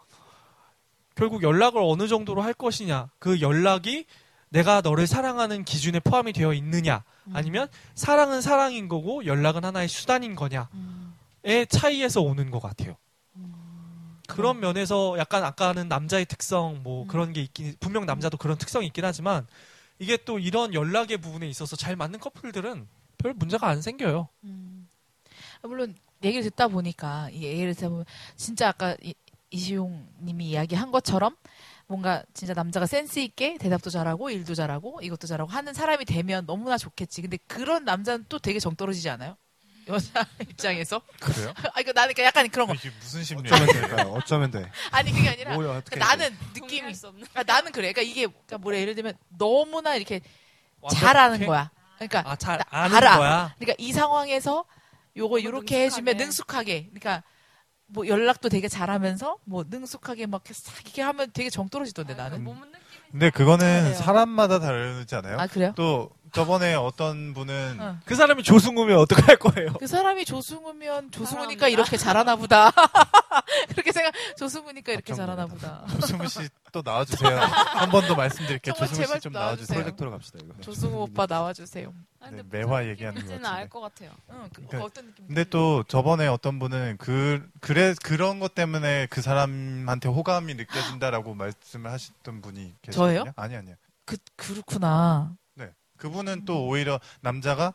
D: 결국 연락을 어느 정도로 할 것이냐 그 연락이 내가 너를 사랑하는 기준에 포함이 되어 있느냐 아니면 사랑은 사랑인 거고 연락은 하나의 수단인 거냐의
B: 음.
D: 차이에서 오는 것 같아요. 그런
B: 그럼-
D: 면에서 약간 아까는 남자의 특성 뭐
B: 음.
D: 그런 게 있긴 분명 남자도 그런 특성이 있긴 하지만 이게 또 이런 연락의 부분에 있어서 잘 맞는 커플들은 별 문제가 안 생겨요.
B: 음. 아, 물론 얘기를 듣다 보니까 이 얘기를 듣다 보면 진짜 아까 이, 이시용 님이 이야기한 것처럼 뭔가 진짜 남자가 센스 있게 대답도 잘하고 일도 잘하고 이것도 잘하고 하는 사람이 되면 너무나 좋겠지. 근데 그런 남자는 또 되게 정 떨어지지 않아요? 여자 입장에서?
F: 그래요? 음.
B: 아 이거 나는 그러니까 약간 그런 거.
F: 어, 이게 무슨 심리예요?
C: 어쩌면 될까요? 어쩌면 돼.
B: 아니 그게 아니라
C: 뭐야 어떻게?
B: 그러니까 나는
E: 느낌이
B: 느낌이
E: 수 없는.
B: 아, 나는 그래. 그러니까 이게 그러니까 뭐래 예를 들면 너무나 이렇게
D: 완벽해?
B: 잘하는 거야. 그러니까
D: 아, 잘
B: 나
D: 아는
B: 알아.
D: 거야.
B: 그러니까 이 상황에서 요거 요렇게 해주면
E: 능숙하게.
B: 능숙하게 그러니까 뭐 연락도 되게 잘하면서 뭐 능숙하게 막 이렇게 싹 이렇게 하면 되게 정
E: 아,
B: 떨어지던데 나는
E: 몸은 느낌이
F: 근데 그거는
B: 그래요.
F: 사람마다 다르지 않아요? 음.
B: 아 그래요?
F: 또 저번에 어떤 분은
B: 어.
D: 그 사람이 조승우면 어떡할 거예요?
B: 그 사람이 조승우면 조승우니까
E: 사랑합니다.
B: 이렇게 잘하나 보다 그렇게 생각 조수부니까 이렇게
C: 걱정
B: 잘하나
C: 됩니다.
B: 보다.
F: 조승우 씨 또 나와주세요. 한 번 더 말씀드릴게요.
B: 정말
F: 조승우
B: 제발
F: 씨
B: 좀
F: 좀 나와주세요.
B: 나와주세요.
C: 프로젝터로 갑시다 이거.
B: 조승우 오빠 나와주세요.
E: 아니,
F: 네, 매화 얘기하는 것
E: 느낌인지는
F: 같은데.
E: 알 것 같아요.
B: 응, 그,
F: 그러니까-
B: 어떤 느낌?
F: 근데 또 저번에 어떤 분은 그 그래 그런 것 때문에 그 사람한테 호감이 느껴진다라고 말씀을 하셨던 분이 계시거든요.
B: 저예요?
F: 아니 아니요.
B: 그 그렇구나.
F: 네. 그분은 또 오히려 남자가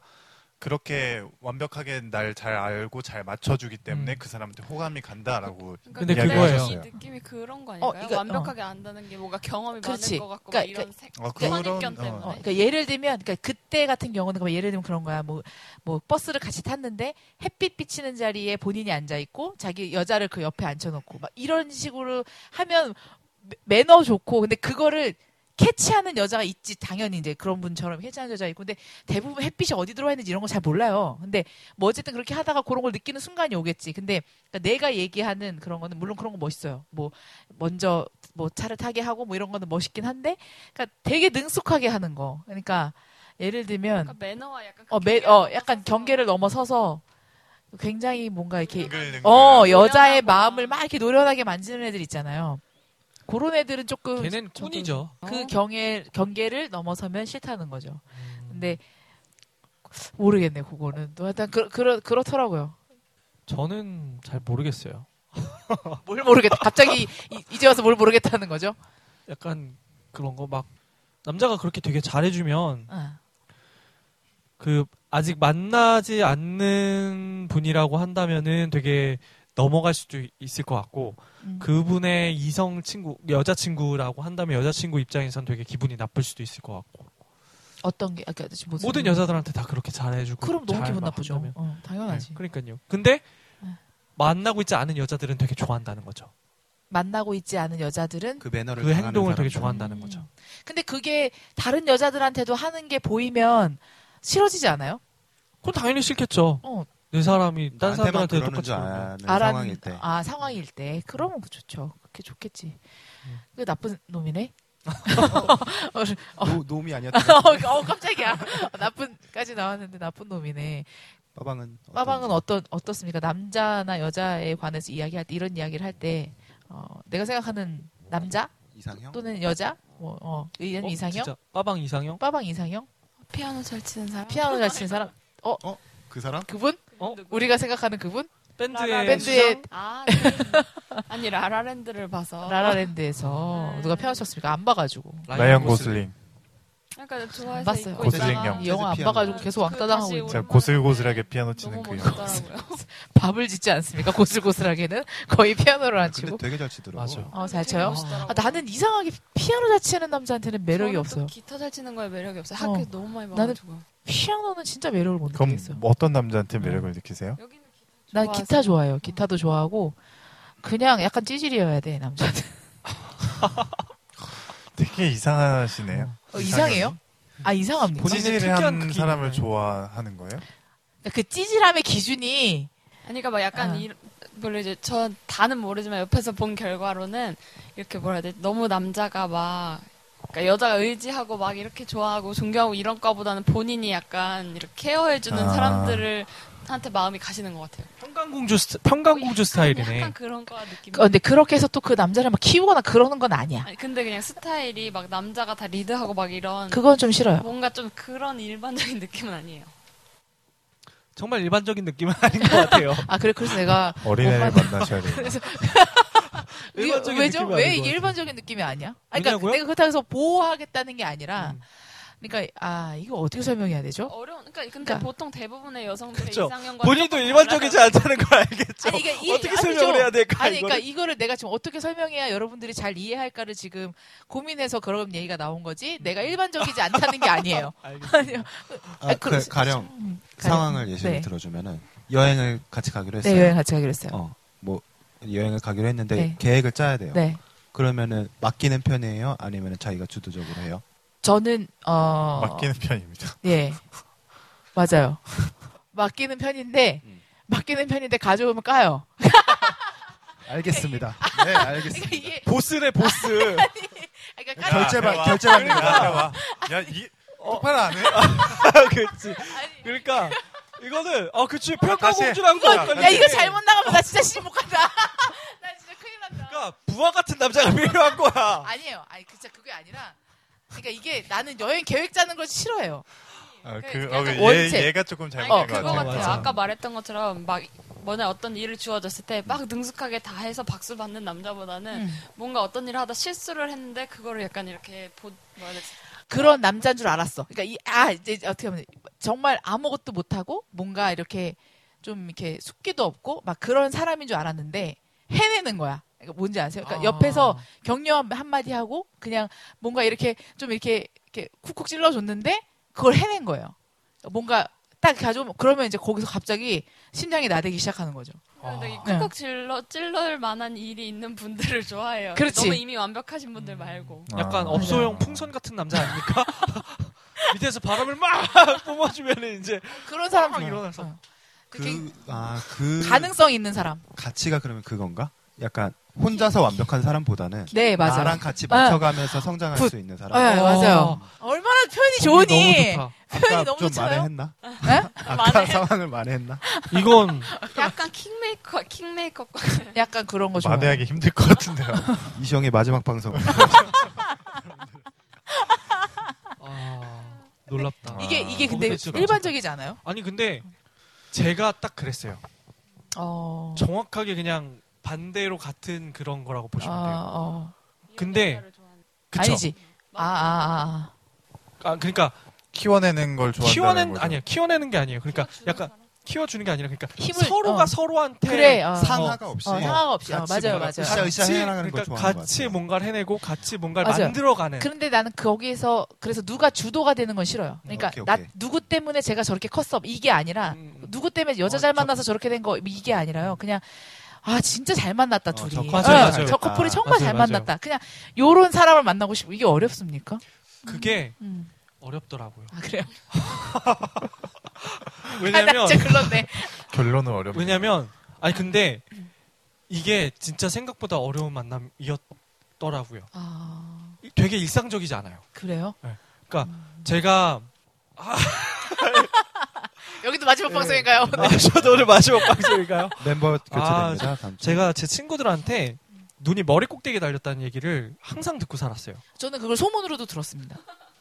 F: 그렇게 완벽하게 날 잘 알고 잘 맞춰주기 때문에
D: 음.
F: 그 사람한테 호감이 간다라고
D: 근데
E: 그러니까 그때
D: 그거예요.
E: 이 느낌이 그런 거
B: 어,
E: 아닌가요?
B: 이거-
E: 완벽하게 안다는 게 뭔가 경험이
B: 그렇지.
E: 많을 것 같고
B: 그러니까-
E: 막 이런 색.
F: 어,
E: 아, 그런 선입견
F: 어,
E: 때문에.
B: 어, 그러니까 예를 들면, 그러니까 그때 같은 경우는 그럼 예를 들면 그런 거야. 뭐, 뭐 버스를 같이 탔는데 햇빛 비치는 자리에 본인이 앉아 있고 자기 여자를 그 옆에 앉혀놓고 막 이런 식으로 하면 매- 매너 좋고 근데 그거를 캐치하는 여자가 있지 당연히 이제 그런 분처럼 캐치하는 여자 가 있고 근데 대부분 햇빛이 어디 들어와 있는지 이런 거 잘 몰라요. 근데 뭐 어쨌든 그렇게 하다가 그런 걸 느끼는 순간이 오겠지. 근데 그러니까 내가 얘기하는 그런 거는 물론 그런 거 멋있어요. 뭐 먼저 뭐 차를 타게 하고 뭐 이런 거는 멋있긴 한데 그러니까 되게 능숙하게 하는 거. 그러니까 예를 들면
E: 그러니까 매너와 약간 그
B: 어, 매,
E: 경계를
B: 어 약간
E: 넘어서서
B: 경계를 넘어서서 굉장히 뭔가 이렇게
F: 능글능글.
B: 어
E: 노련하거나.
B: 여자의 마음을 막 이렇게 노련하게 만지는 애들 있잖아요. 그런 애들은 조금
D: 걔는 꾼이죠.
B: 그 경계 경계를 넘어서면 싫다는 거죠.
D: 네.
B: 근데 모르겠네 그거는 또 하여튼 그, 그렇 그렇더라고요.
D: 저는 잘 모르겠어요.
B: 뭘 모르겠다. 갑자기 이, 이제 와서 뭘 모르겠다는 거죠.
D: 약간 그런 거 막 남자가 그렇게 되게 잘해주면
B: 아,
D: 그 아직 만나지 않는 분이라고 한다면은 되게 넘어갈 수도 있을 것 같고
B: 음.
D: 그분의 이성 친구 여자 친구라고 한다면 여자 친구 입장에선 되게 기분이 나쁠 수도 있을 것 같고
B: 어떤 게 아까 지금 무슨-
D: 모든 여자들한테 다 그렇게 잘해주고
B: 그럼 너무
D: 잘
B: 기분
D: 막
B: 나쁘죠.
D: 한다면.
B: 어, 당연하지.
D: 네, 그러니까요. 근데
B: 네.
D: 만나고 있지 않은 여자들은 되게 좋아한다는 거죠.
B: 만나고 있지 않은 여자들은 음.
C: 그 매너를
D: 그
C: 당하는
D: 행동을 되게
C: 사람들.
D: 좋아한다는 거죠.
B: 근데 그게 다른 여자들한테도 하는 게 보이면 싫어지지 않아요?
D: 그건 당연히 싫겠죠.
B: 어,
D: 내 사람이 딴
C: 나한테만
D: 사람한테
C: 그러는
D: 똑같이
C: 줄
D: 그러면.
C: 아는
B: 알았-
C: 네, 상황일 때.
B: 아 상황일 때 그러면 그 좋죠. 그게 좋겠지.
D: 음.
B: 그 나쁜 놈이네. 어,
C: 노, 놈이 아니었다.
B: 어 깜짝이야. 나쁜까지 나왔는데 나쁜 놈이네.
C: 빠방은 어떤지.
B: 빠방은 어떤 어떻습니까? 남자나 여자에 관해서 이야기할 때 이런 이야기를 할 때 어, 내가 생각하는 남자
C: 이상형?
B: 또는 여자 뭐, 어, 의견
D: 어?
B: 이상형
D: 진짜 빠방 이상형?
B: 빠방 이상형
E: 피아노 잘 치는 사람.
B: 피아노 잘 치는 사람
C: 그 사람?
B: 그분
D: 어?
B: 우리가 생각하는 그분
D: 밴드의
B: 밴드의
D: 수상?
E: 아, 네. 아니 라라랜드를 봐서.
B: 라라랜드에서
E: 음.
B: 누가 피아노 쳤습니까? 안 봐가지고
F: 라이언 고슬링.
E: 그러니까
B: 안
E: 좋아해서
B: 봤어요.
E: 입고
F: 고슬링
E: 있다가
F: 형.
B: 이 영화 안
C: 피아노.
B: 봐가지고 계속
E: 그
B: 왕따당하고
E: 다시
B: 있는
F: 자 고슬고슬하게 피아노 치는
E: 너무
F: 그 형.
E: 멋있더라고요.
B: 밥을 짓지 않습니까? 고슬고슬하게는 거의 피아노를 안
C: 근데
B: 치고
C: 되게 잘 치더라고.
D: 맞아요.
B: 어 잘 쳐요.
E: 멋있더라고요.
B: 아, 나는 이상하게 피아노 잘 치는 남자한테는 매력이
E: 저는 또
B: 없어요.
E: 기타 잘 치는 거에 매력이 없어요.
B: 어.
E: 학교 에서 너무 많이
B: 나는-
E: 먹어가지고.
B: 피아노는 진짜 매력을 못
F: 그럼
B: 느끼겠어요.
F: 뭐 어떤 남자한테 매력을 느끼세요?
E: 여기는
B: 난
E: 좋아하세요?
B: 기타 좋아해요. 어. 기타도 좋아하고 그냥 약간 찌질이어야 돼 남자들.
F: 되게 이상하시네요.
B: 어, 이상해요? 아 이상합니다.
D: 본인- 특이한
F: 본질한
D: 그게
F: 사람을
D: 있나요?
F: 좋아하는 거예요?
B: 그 찌질함의 기준이
E: 아니 그러니까 막 약간
B: 아.
E: 이 물론 이제 저 다는 모르지만 옆에서 본 결과로는 이렇게 뭐라 해야 돼 너무 남자가 막 그러니까 여자가 의지하고 막 이렇게 좋아하고 존경하고 이런 거보다는 본인이 약간 이렇게 케어해주는
F: 아.
E: 사람들을 한테 마음이 가시는 것 같아요.
D: 평강공주 스 평강공주 어, 스타일이네.
E: 어,
D: 어, 네.
E: 약간 그런 거 느낌.
B: 그- 근데 그렇게 해서 또 그 남자를 막 키우거나 그러는 건 아니야.
E: 아니 근데 그냥 스타일이 막 남자가 다 리드하고 막 이런
B: 그건 좀 싫어요.
E: 뭔가 좀 그런 일반적인 느낌은 아니에요.
D: 정말 일반적인 느낌은 아닌 것 같아요.
B: 아 그래 그래서 내가
F: 어린애를
B: 뭔가-
F: 만나셔야 돼요.
B: 왜-
D: 일반적인
B: 왜죠?
D: 느낌이
B: 왜
D: 아닌 것
B: 이게
D: 같아요.
B: 일반적인 느낌이 아니야? 아, 그러니까
D: 왜냐고요?
B: 내가 그렇다고 해서 보호하겠다는 게 아니라
D: 음.
B: 그러니까 아 이거 어떻게 설명해야 되죠?
E: 어려운 그러니까 근데
B: 그러니까.
E: 보통 대부분의 여성들의
D: 그렇죠.
E: 이상형과
D: 본인도 일반적이지 않다는 걸 알겠죠.
B: 아니, 그러니까 이-
D: 그렇죠. 어떻게
B: 아니죠.
D: 설명을 해야 될까?
B: 아니 그러니까
D: 이거를?
B: 이거를 내가 지금 어떻게 설명해야 여러분들이 잘 이해할까를 지금 고민해서 그런 얘기가 나온 거지 내가 일반적이지 않다는 게 아니에요.
D: 알겠습니다.
B: 아니요.
C: 아,
B: 그럼-
C: 그, 가령
B: 음, 가요.
C: 상황을 예시로
B: 네.
C: 들어주면은 여행을 같이 가기로 했어요.
B: 네 여행 같이 가기로 했어요.
C: 어, 뭐 여행을 가기로 했는데
B: 네.
C: 계획을 짜야 돼요.
B: 네
C: 그러면은 맡기는 편이에요? 아니면 자기가 주도적으로 해요?
B: 저는 어
F: 맡기는 편입니다.
B: 예. 맞아요. 맡기는 편인데,
D: 음.
B: 맡기는 편인데 가져오면 까요.
C: 알겠습니다. 네,
B: 그러니까
C: 알겠습니다.
B: 이게,
D: 보스네 보스.
B: 그러니까 까요.
C: 결제 받-
F: 야,
C: 결제
F: 와.
C: 받는 그러니까. 거야.
F: 야, 와. 야, 이 똑바로 안 해?
D: 아, 그렇지. 그러니까 이거는 아 그치
F: 다시 해.
D: 평강공주라는 거.
F: 이거-
B: 야, 이거 잘못 나가면 나 진짜 시못 간다. 나 진짜 큰일 난다.
D: 남자가 그러니까 부하 같은 남자가 필요한 거야.
B: 아니에요. 아니 진짜 그게 아니라 그러니까 이게 나는 여행 계획 짜는 걸 싫어해요.
F: 아,
E: 그게
F: 그,
E: 약간
F: 어,
B: 원체.
F: 얘, 얘가 조금
E: 아니,
F: 잘못된
B: 어,
F: 것
E: 그거
F: 같아요.
E: 같아요.
D: 맞아.
E: 아까 말했던 것처럼 막 뭐냐 어떤 일을 주어졌을 때 막 능숙하게 다 해서 박수 받는 남자보다는
B: 음.
E: 뭔가 어떤 일을 하다 실수를 했는데 그거를 약간 이렇게 보 뭐라 해야 되지?
B: 그런 남자인 줄 알았어. 그러니까 이, 아 이제 어떻게 하면 정말 아무것도 못 하고 뭔가 이렇게 좀 이렇게 숙기도 없고 막 그런 사람인 줄 알았는데 해내는 거야. 그러니까 뭔지 아세요? 그러니까
D: 아.
B: 옆에서 격려 한마디 하고 그냥 뭔가 이렇게 좀 이렇게 이렇게 쿡쿡 찔러줬는데 그걸 해낸 거예요. 뭔가 딱 가져오면 그러면 이제 거기서 갑자기 심장이 나대기 시작하는 거죠.
E: 근데 이
D: 아.
E: 쿡쿡 질러 찔러일 만한 일이 있는 분들을 좋아해요.
B: 그렇지.
E: 너무 이미 완벽하신 분들 말고.
D: 약간
F: 아.
D: 업소형 풍선 같은 남자 아닙니까? 밑에서 바람을 막 뿜어주면 이제
B: 그런 사람
D: 막
B: 좋아요.
D: 일어나서.
B: 어. 그렇게
C: 그, 아, 그
B: 가능성 있는 사람.
C: 가치가 그러면 그건가? 약간 혼자서 완벽한 사람보다는
B: 네 맞아요.
C: 나랑 같이
B: 아.
C: 맞춰가면서 성장할
B: 굿.
C: 수 있는 사람.
B: 네,
D: 어.
B: 맞아요. 얼마나 표현이 좋으니.
D: 너무
B: 표현이
C: 아까
B: 너무
C: 좀
B: 좋잖아요.
C: 만회했나?
B: 네?
C: 아까 상황을 만회했나?
D: 좋다. 이건
E: 약간 킹메이커 킹메이커과
B: 약간 그런 거 좋아요.
F: 만회하기 힘들 것 같은데요.
C: 이시영의 마지막 방송.
D: 아, 놀랍다.
B: 이게 이게
D: 너무
B: 근데
D: 재밌을 것
B: 일반적이지 않아요?
D: 같아. 아니 근데 제가 딱 그랬어요.
B: 어.
D: 정확하게 그냥 반대로 같은 그런 거라고 보시면
B: 아,
D: 돼요.
B: 어.
D: 근데-
E: 여자를 좋아하는.
D: 그쵸?
B: 아니지. 아, 아, 아,
D: 아, 그러니까
F: 키워내는 걸 좋아한다는
D: 키워낸
F: 거죠.
D: 아니야. 키워내는 게 아니에요. 그러니까
E: 키워주는
D: 약간
E: 사람?
D: 키워주는 게 아니라 그러니까
B: 힘을-
D: 서로가
B: 어.
D: 서로한테
B: 그래, 어.
C: 상하가 없이.
B: 어, 상황 없이. 어,
C: 같이
B: 맞아요,
C: 뭔가
B: 맞아요.
C: 으쌰으쌰
D: 같이
C: 해나가는 걸
D: 그러니까
C: 좋아하는 것
D: 같이
C: 같아요.
D: 뭔가를 해내고 같이 뭔가를
B: 맞아요.
D: 만들어가는
B: 근데 나는 거기에서 그래서 누가 주도가 되는 건 싫어요. 그러니까
C: 오케이,
B: 나
C: 오케이.
B: 누구 때문에 제가 저렇게 컸어 이게 아니라
D: 음,
B: 누구 때문에 여자
C: 어,
B: 잘
C: 저-
B: 만나서 저렇게 된 거 이게 아니라요. 그냥 아 진짜 잘 만났다
C: 어,
B: 둘이.
C: 저
B: 예,
D: 커플이 맞아요.
B: 저 커플이 정말
D: 맞아요,
B: 잘
D: 맞아요.
B: 만났다. 그냥 요런 사람을 만나고 싶고 이게 어렵습니까?
D: 그게
B: 음.
D: 어렵더라고요.
B: 아 그래요. 아, 나
D: 왜냐면
B: 진짜 글렀네.
F: 결론은 어렵네.
D: 왜냐면 아니 근데 이게 진짜 생각보다 어려운 만남이었더라고요.
B: 아
D: 되게 일상적이지 않아요.
B: 그래요?
D: 제가
B: 여기도 마지막 방송인가요? 오늘?
D: 아, 저도 오늘 마지막 방송인가요?
C: 멤버
D: 아,
C: 교체됩니다. 다음 주.
D: 제가 제 친구들한테 눈이 머리 꼭대기에 달렸다는 얘기를 항상 듣고 살았어요.
B: 저는 그걸 소문으로도 들었습니다.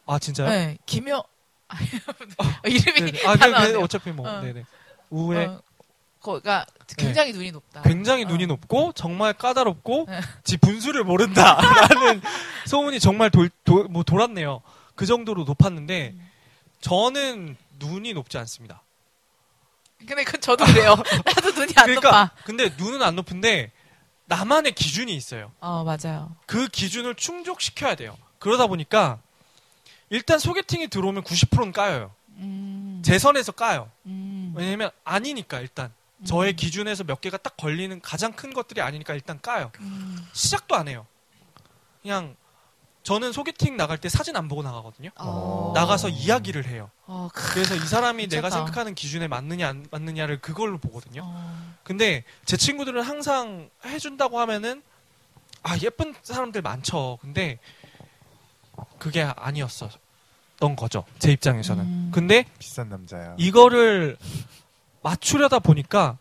D: 아 진짜요?
B: 네, 김여 아, 이름이
D: 네네. 아,
B: 다
D: 네, 네,
B: 나왔네요.
D: 어차피 뭐
B: 어.
D: 네네. 우에
B: 어, 그러니까 굉장히 눈이 높다.
D: 네. 굉장히
B: 어.
D: 눈이 높고 정말 까다롭고
B: 네.
D: 지 분수를 모른다라는 소문이 정말 돌, 도, 뭐 돌았네요. 그 정도로 높았는데 저는 눈이 높지 않습니다.
B: 근데 그건 저도 그래요. 나도 눈이 안
D: 그러니까
B: 높아.
D: 근데 눈은 안 높은데 나만의 기준이 있어요.
B: 어 맞아요.
D: 그 기준을 충족시켜야 돼요. 그러다 보니까 일단 소개팅이 들어오면 90%는 까요.
B: 음,
D: 제 선에서 까요.
B: 음,
D: 왜냐면 아니니까 일단 저의 기준에서 몇 개가 딱 걸리는 가장 큰 것들이 아니니까 일단 까요.
B: 음.
D: 시작도 안 해요. 그냥 저는 소개팅 나갈 때 사진 안 보고 나가거든요.
B: 어,
D: 나가서 이야기를 해요.
B: 어, 크,
D: 그래서 이 사람이 내가
B: 미쳤다.
D: 생각하는 기준에 맞느냐 안 맞느냐를 그걸로 보거든요.
B: 어,
D: 근데 제 친구들은 항상 해준다고 하면은 아 예쁜 사람들 많죠. 근데 그게 아니었었던 거죠. 제 입장에서는.
B: 음.
D: 근데
F: 비싼 남자야.
D: 이거를 맞추려다 보니까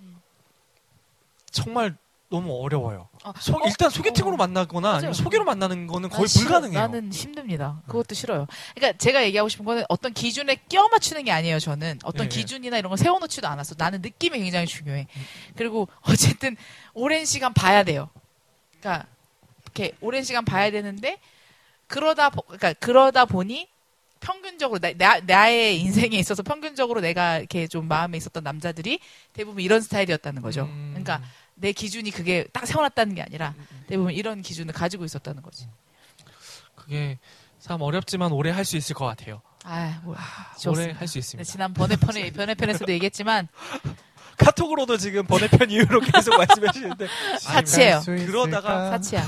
D: 정말 너무 어려워요.
B: 어,
D: 소-
B: 어?
D: 일단 소개팅으로
B: 어.
D: 만나거나
B: 맞아요.
D: 아니면 소개로 만나는 거는
B: 난
D: 거의
B: 싫어.
D: 불가능해요. 네.
B: 나는 힘듭니다. 그것도 싫어요. 그러니까 제가 얘기하고 싶은 거는 어떤 기준에 껴 맞추는 게 아니에요. 저는 어떤
D: 예, 음. 예.
B: 기준이나 이런 걸 세워놓지도 않았어. 나는 느낌이 굉장히 중요해. 그리고 어쨌든 오랜 시간 봐야 돼요. 그러니까 이렇게 오랜 시간 봐야 되는데 그러다 보, 그러니까 그러다 보니 평균적으로 나, 나, 나의 인생에 있어서 평균적으로 내가 이렇게 좀 마음에 있었던 남자들이 대부분 이런 스타일이었다는 거죠.
D: 음.
B: 그러니까 내 기준이 그게 딱 세워놨다는 게 아니라 대부분 이런 기준을 가지고 있었다는 거지.
D: 그게 참 어렵지만 오래 할 수 있을 것 같아요.
B: 아, 뭐야.
D: 오래
B: 좋습니다.
D: 할 수
B: 네,
D: 있습니다.
B: 지난번에 편에, 변해편에서도 얘기했지만,
D: 카톡으로도 지금 번외편 이후로 계속 말씀해 주시는데
B: 사치예요.
D: 그러다가
B: 사치야.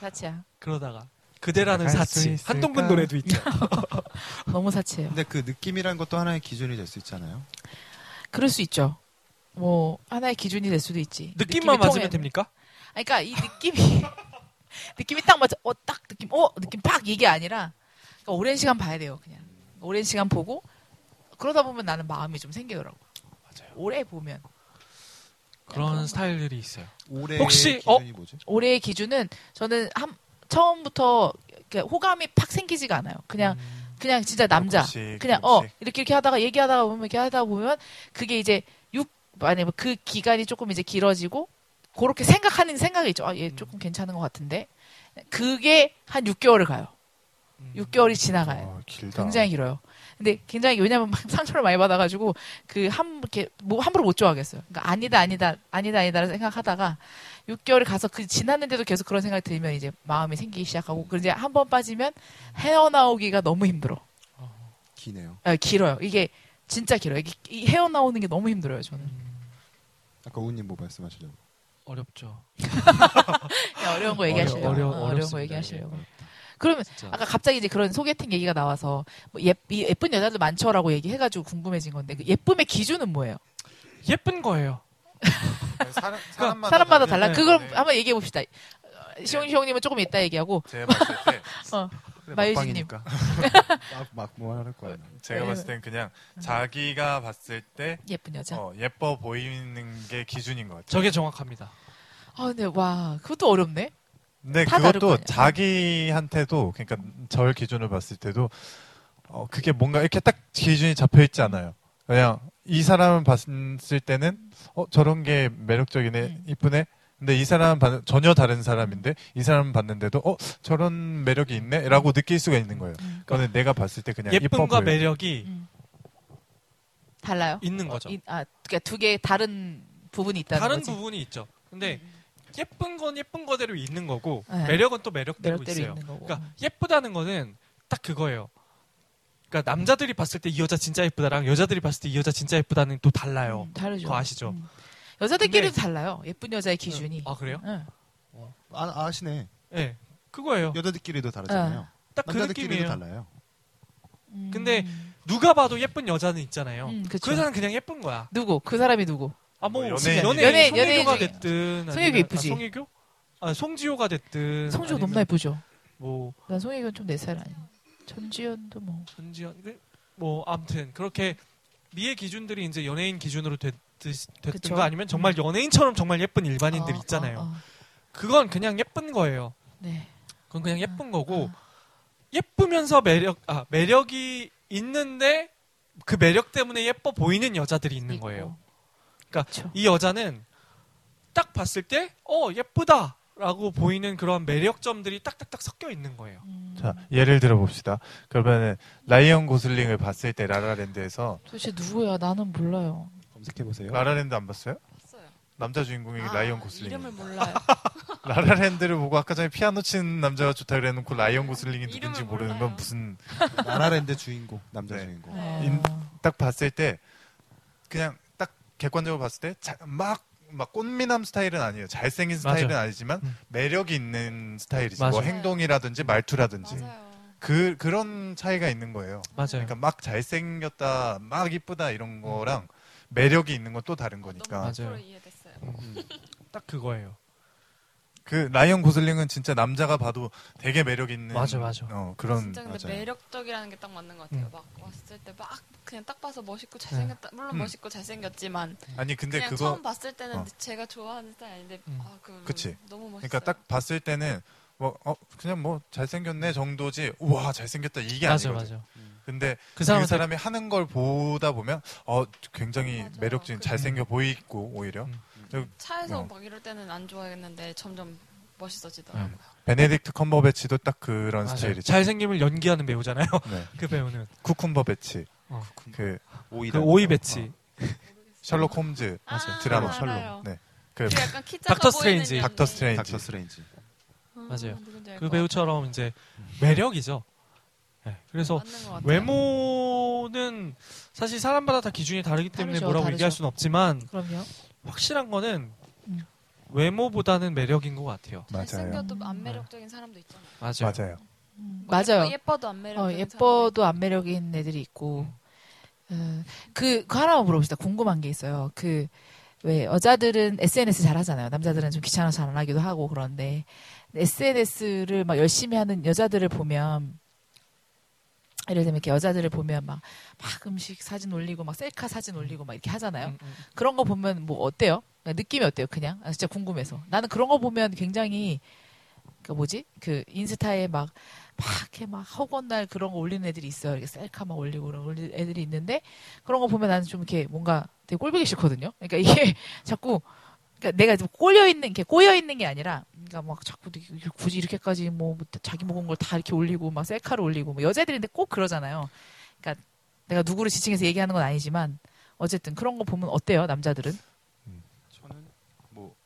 B: 사치야.
D: 그러다가 그대라는
F: 갈수
D: 사치
F: 있을까?
D: 한동근 노래도 있죠.
B: 너무 사치예요.
C: 근데 그 느낌이란 것도 하나의 기준이 될 수 있잖아요.
B: 그럴 수 있죠. 뭐, 하나의 기준이 될 수도 있지.
D: 느낌만
B: 느낌이 통해.
D: 맞으면 됩니까?
B: 아니, 그러니까 이 느낌이, 느낌이 딱 맞아. 어, 딱 느낌, 어, 느낌 팍! 이게 아니라, 그러니까 오랜 시간 봐야 돼요, 그냥. 오랜 시간 보고, 그러다 보면 나는 마음이 좀 생기더라고.
D: 맞아요.
B: 오래 보면.
D: 그런 스타일들이 있어요.
C: 올해
D: 혹시-
C: 기준이
B: 어?
C: 뭐지?
B: 올해의 기준은 저는 한 처음부터 이렇게 호감이 팍 생기지가 않아요.
D: 음.
B: 그냥 그냥 진짜
C: 아,
B: 남자.
F: 조금씩,
B: 그냥 어
F: 조금씩.
B: 이렇게 이렇게 하다가 얘기하다가 보면 이렇게 하다 보면 그게 이제 육 만약에 그 기간이 조금 이제 길어지고 그렇게 생각하는 생각이 있죠. 아 얘 조금 괜찮은 것 같은데 그게 한 6개월을 가요.
D: 음,
B: 6개월이 지나가요.
F: 아, 길다.
B: 굉장히 길어요. 근데 굉장히 왜냐면 막 상처를 많이 받아가지고 그 한 이렇게 뭐 함부로 못 좋아하겠어요. 그러니까 아니다 아니다 아니다 아니다를 생각하다가 6개월 가서 그 지났는데도 계속 그런 생각이 들면 이제 마음이 생기기 시작하고 그 이제 한 번 빠지면 헤어나오기가 너무 힘들어.
C: 기네요.
B: 아, 길어요. 이게 진짜 길어요. 이게 이 헤어나오는 게 너무 힘들어요 저는.
C: 아까 우님 뭐 말씀하시려고.
D: 음, 어렵죠.
B: 그냥 어려운 거 얘기하시려고.
D: 어려-
B: 어, 어려운 거
D: 어렵습니다.
B: 얘기하시려고. 그러면
D: 진짜.
B: 아까 갑자기 이제 그런 소개팅 얘기가 나와서 뭐 예, 이 예쁜 여자들 많죠라고 얘기해가지고 궁금해진 건데 그 예쁨의 기준은 뭐예요?
D: 예쁜 거예요.
F: 사람, 사람마다,
B: 그러니까 사람마다 달라.
D: 네.
B: 그걸 한번 얘기해 봅시다. 시홍 시홍님은 조금 이따 얘기하고
F: 제가 봤을 때
B: 어,
C: 그래,
B: 마유진님.
C: 막방이니까. 막뭐 하는 거야.
F: 제가 봤을 땐 그냥 자기가 봤을 때
B: 예쁜 여자.
F: 어, 예뻐 보이는 게 기준인 것 같아요.
D: 저게 정확합니다.
B: 아 근데 와 그것도 어렵네.
F: 근데
B: 다 다를 거
F: 그것도
B: 아니야.
F: 자기한테도 그러니까 절 기준을 봤을 때도 어, 그게 뭔가 이렇게 딱 기준이 잡혀 있지 않아요. 그냥 이 사람을 봤을 때는 어 저런 게 매력적이네
B: 음.
F: 이쁘네. 근데 이 사람은 봤- 전혀 다른 사람인데 이 사람은 봤는데도 어 저런 매력이 있네라고 느낄 수가 있는 거예요.
B: 음.
F: 그거는 내가 봤을 때
C: 네,
F: 그냥 이뻐
D: 예쁨과
F: 보여.
D: 매력이
B: 음. 달라요.
D: 있는 거죠.
B: 이- 아 그러니까 두 개 다른 부분이 있다는
D: 다른
B: 거지. 음,
D: 부분이 있죠. 근데 예쁜 건 예쁜 거대로 있는 거고
B: 네.
D: 매력은 또 매력대로
B: 매력대로
D: 있어요.
B: 있는 거고. 음.
D: 그러니까 예쁘다는 거는 딱 그거예요. 그러니까 남자들이 봤을 때 이 여자 진짜 예쁘다랑 여자들이 봤을 때 이 여자 진짜 예쁘다는 또 달라요.
B: 음, 다르죠.
D: 그거 아시죠?
B: 음. 여자들끼리도
D: 근데-
B: 달라요. 예쁜 여자의 기준이.
D: 아 그래요?
B: 응.
C: 아, 아시네.
D: 예. 그거예요.
C: 여자들끼리도 다르잖아요.
B: 네.
D: 딱 그
C: 남자들끼리도
D: 느낌이에요.
C: 달라요.
B: 음.
D: 근데 누가 봐도 예쁜 여자는 있잖아요.
B: 음, 그쵸.
D: 그 여자는 그냥 예쁜 거야.
B: 누구? 그 사람이 누구?
D: 아 뭐
F: 뭐
D: 연예 연예
F: 연예인.
B: 연예인,
D: 송혜교가
B: 연예인 중에.
D: 됐든
B: 송혜교
D: 아니면-
B: 예쁘지?
D: 아, 송혜교? 아 송지효가 됐든
B: 성주가 너무나
D: 아니면
B: 예쁘죠.
D: 뭐
B: 난 송혜교는 좀 내 스타일 아니야. 전지현도 뭐.
D: 전지현 그- 뭐 아무튼 그렇게 미의 기준들이 이제 연예인 기준으로 됐,
B: 그쵸.
D: 든가 아니면 정말 연예인처럼 정말 예쁜 일반인들
B: 어,
D: 있잖아요.
B: 어, 어.
D: 그건 그냥 예쁜 거예요.
B: 네.
D: 그건 그냥 예쁜 거고
B: 아.
D: 예쁘면서 매력 아 매력이 있는데 그 매력 때문에 예뻐 보이는 여자들이 있는 거예요. 그러니까
B: 그쵸.
D: 이 여자는 딱 봤을 때 어 예쁘다라고 보이는 그런 매력점들이 딱딱딱 섞여 있는 거예요.
B: 음.
F: 자 예를 들어 봅시다. 그러면은 라이언 고슬링을 봤을 때 라라랜드에서
B: 도대체 누구야? 나는 몰라요.
C: 검색해 보세요.
D: 아,
F: 라라랜드 안 봤어요?
E: 봤어요.
F: 남자 주인공이 라이언 고슬링.
E: 아, 이름을 몰라요.
F: 라라랜드를 보고 아까 전에 피아노 치는 남자가 좋다 그래놓고 라이언 고슬링이 누군지
E: 이름을
F: 모르는
E: 몰라요.
F: 건 무슨
C: 나라랜드 주인공, 남자
F: 네.
C: 주인공.
B: 아.
F: 인- 딱 봤을 때 그냥 딱 객관적으로 봤을 때막막 꽃미남 스타일은 아니에요. 잘생긴 스타일은
D: 맞아요.
F: 아니지만
D: 음.
F: 매력이 있는 스타일이지. 뭐
D: 맞아요.
F: 행동이라든지 말투라든지
E: 맞아요.
F: 그 그런 차이가 있는 거예요.
D: 맞아요.
F: 그러니까 막 잘생겼다, 막 이쁘다 이런 거랑 매력이 있는 건 또 다른 거니까.
D: 음. 맞아요.
E: 너무 앞으로 이해됐어요.
D: 음.
F: 음.
D: 딱 그거예요.
F: 그 라이언 고슬링은 진짜 남자가 봐도 되게 매력 있는
D: 맞아, 맞아.
F: 어, 그런
E: 진짜 근데
C: 맞아요.
E: 매력적이라는 게 딱 맞는 것 같아요.
D: 음.
E: 막 왔을 때 막 그냥 딱 봐서 멋있고 잘생겼다. 물론
F: 음.
E: 멋있고 잘생겼지만
F: 아니 근데
E: 그냥
F: 그거
E: 처음 봤을 때는
F: 어.
E: 제가 좋아하는 스타일 아닌데
D: 음.
E: 아, 그
F: 그치.
E: 너무 멋있어요.
F: 그러니까 딱 봤을 때는 뭐 어, 그냥 뭐 잘생겼네 정도지 우와 잘생겼다 이게
D: 맞아
F: 예, 아니거든.
D: 맞아.
F: 근데
D: 그
F: 그
D: 사람은
F: 사람이, 하는 걸 보다 보면 어 굉장히
E: 맞아.
F: 매력적인
E: 그-
F: 잘생겨 보이고 오히려
D: 음.
E: 차에서
F: 어.
E: 막 이럴 때는 안 좋아했는데 점점
F: 음,
E: 멋있어지더라고요.
F: 베네딕트 컴버배치도 딱 그런
D: 맞아요.
F: 스타일이죠.
D: 잘생김을 연기하는 배우잖아요.
F: 네.
D: 그 배우는
F: 쿠쿤버배치,
D: 어.
F: 그
D: 그 오이 배치
F: 셜록 홈즈
E: 아,
F: 드라마
E: 알아요.
F: 셜록, 네, 그
E: 그 약간 키 작아
D: 닥터
E: 보이는
D: 스트레인지.
E: 연예인.
F: 닥터
C: 닥터
F: 스트레인지
C: 스트레인지.
E: 아,
D: 맞아요.
E: 누군지 알
F: 어.
D: 그
E: 것
D: 배우처럼 이제 매력이죠. 네, 그래서
E: 같아요. 맞는 것 같아요.
D: 외모는 사실 사람마다 다 기준이 다르기 때문에
B: 다르죠,
D: 뭐라고
B: 다르죠.
D: 얘기할 수는 없지만
B: 그럼요.
D: 확실한 거는
B: 음.
D: 외모보다는 매력인 것 같아요.
F: 맞아요, 음, 네.
E: 잘생겨도 안 매력적인 사람도 있잖아요.
D: 맞아요.
F: 맞아요.
B: 음,
E: 뭐
B: 맞아요.
E: 예뻐, 예뻐도 안
B: 어,
E: 매력적인 사람도
B: 예뻐도 안 매력 있는 애들이 있고 음, 그, 그 하나만 물어봅시다. 궁금한 게 있어요. 그 왜 여자들은 SNS 잘 하잖아요. 남자들은 좀 귀찮아서 잘 안 하기도 하고 그런데 SNS를 막 열심히 하는 여자들을 보면 예를 들면 이렇게 여자들을 보면 막, 막 음식 사진 올리고 막 셀카 사진 올리고 막 이렇게 하잖아요.
D: 음, 음.
B: 그런 거 보면 뭐 어때요? 그러니까 느낌이 어때요? 그냥 아, 진짜 궁금해서 나는 그런 거 보면 굉장히 그 뭐지 그 인스타에 막 막 이렇게 막 허건 날 그런 거 올리는 애들이 있어요. 이렇게 셀카 막 올리고 그런 올리는 애들이 있는데 그런 거 보면 나는 좀 이렇게 뭔가 되게 꼴보기 싫거든요. 그러니까 이게 자꾸 그러니까 내가 좀 꼴려 있는 이렇게 꼬여 있는 게 아니라 그러니까 막 자꾸 이렇게 굳이 이렇게까지 뭐 자기 먹은 걸 다 이렇게 올리고 막 셀카를 올리고 뭐 여자들인데 꼭 그러잖아요. 그러니까 내가 누구를 지칭해서 얘기하는 건 아니지만 어쨌든 그런 거 보면 어때요 남자들은?
C: 저는 뭐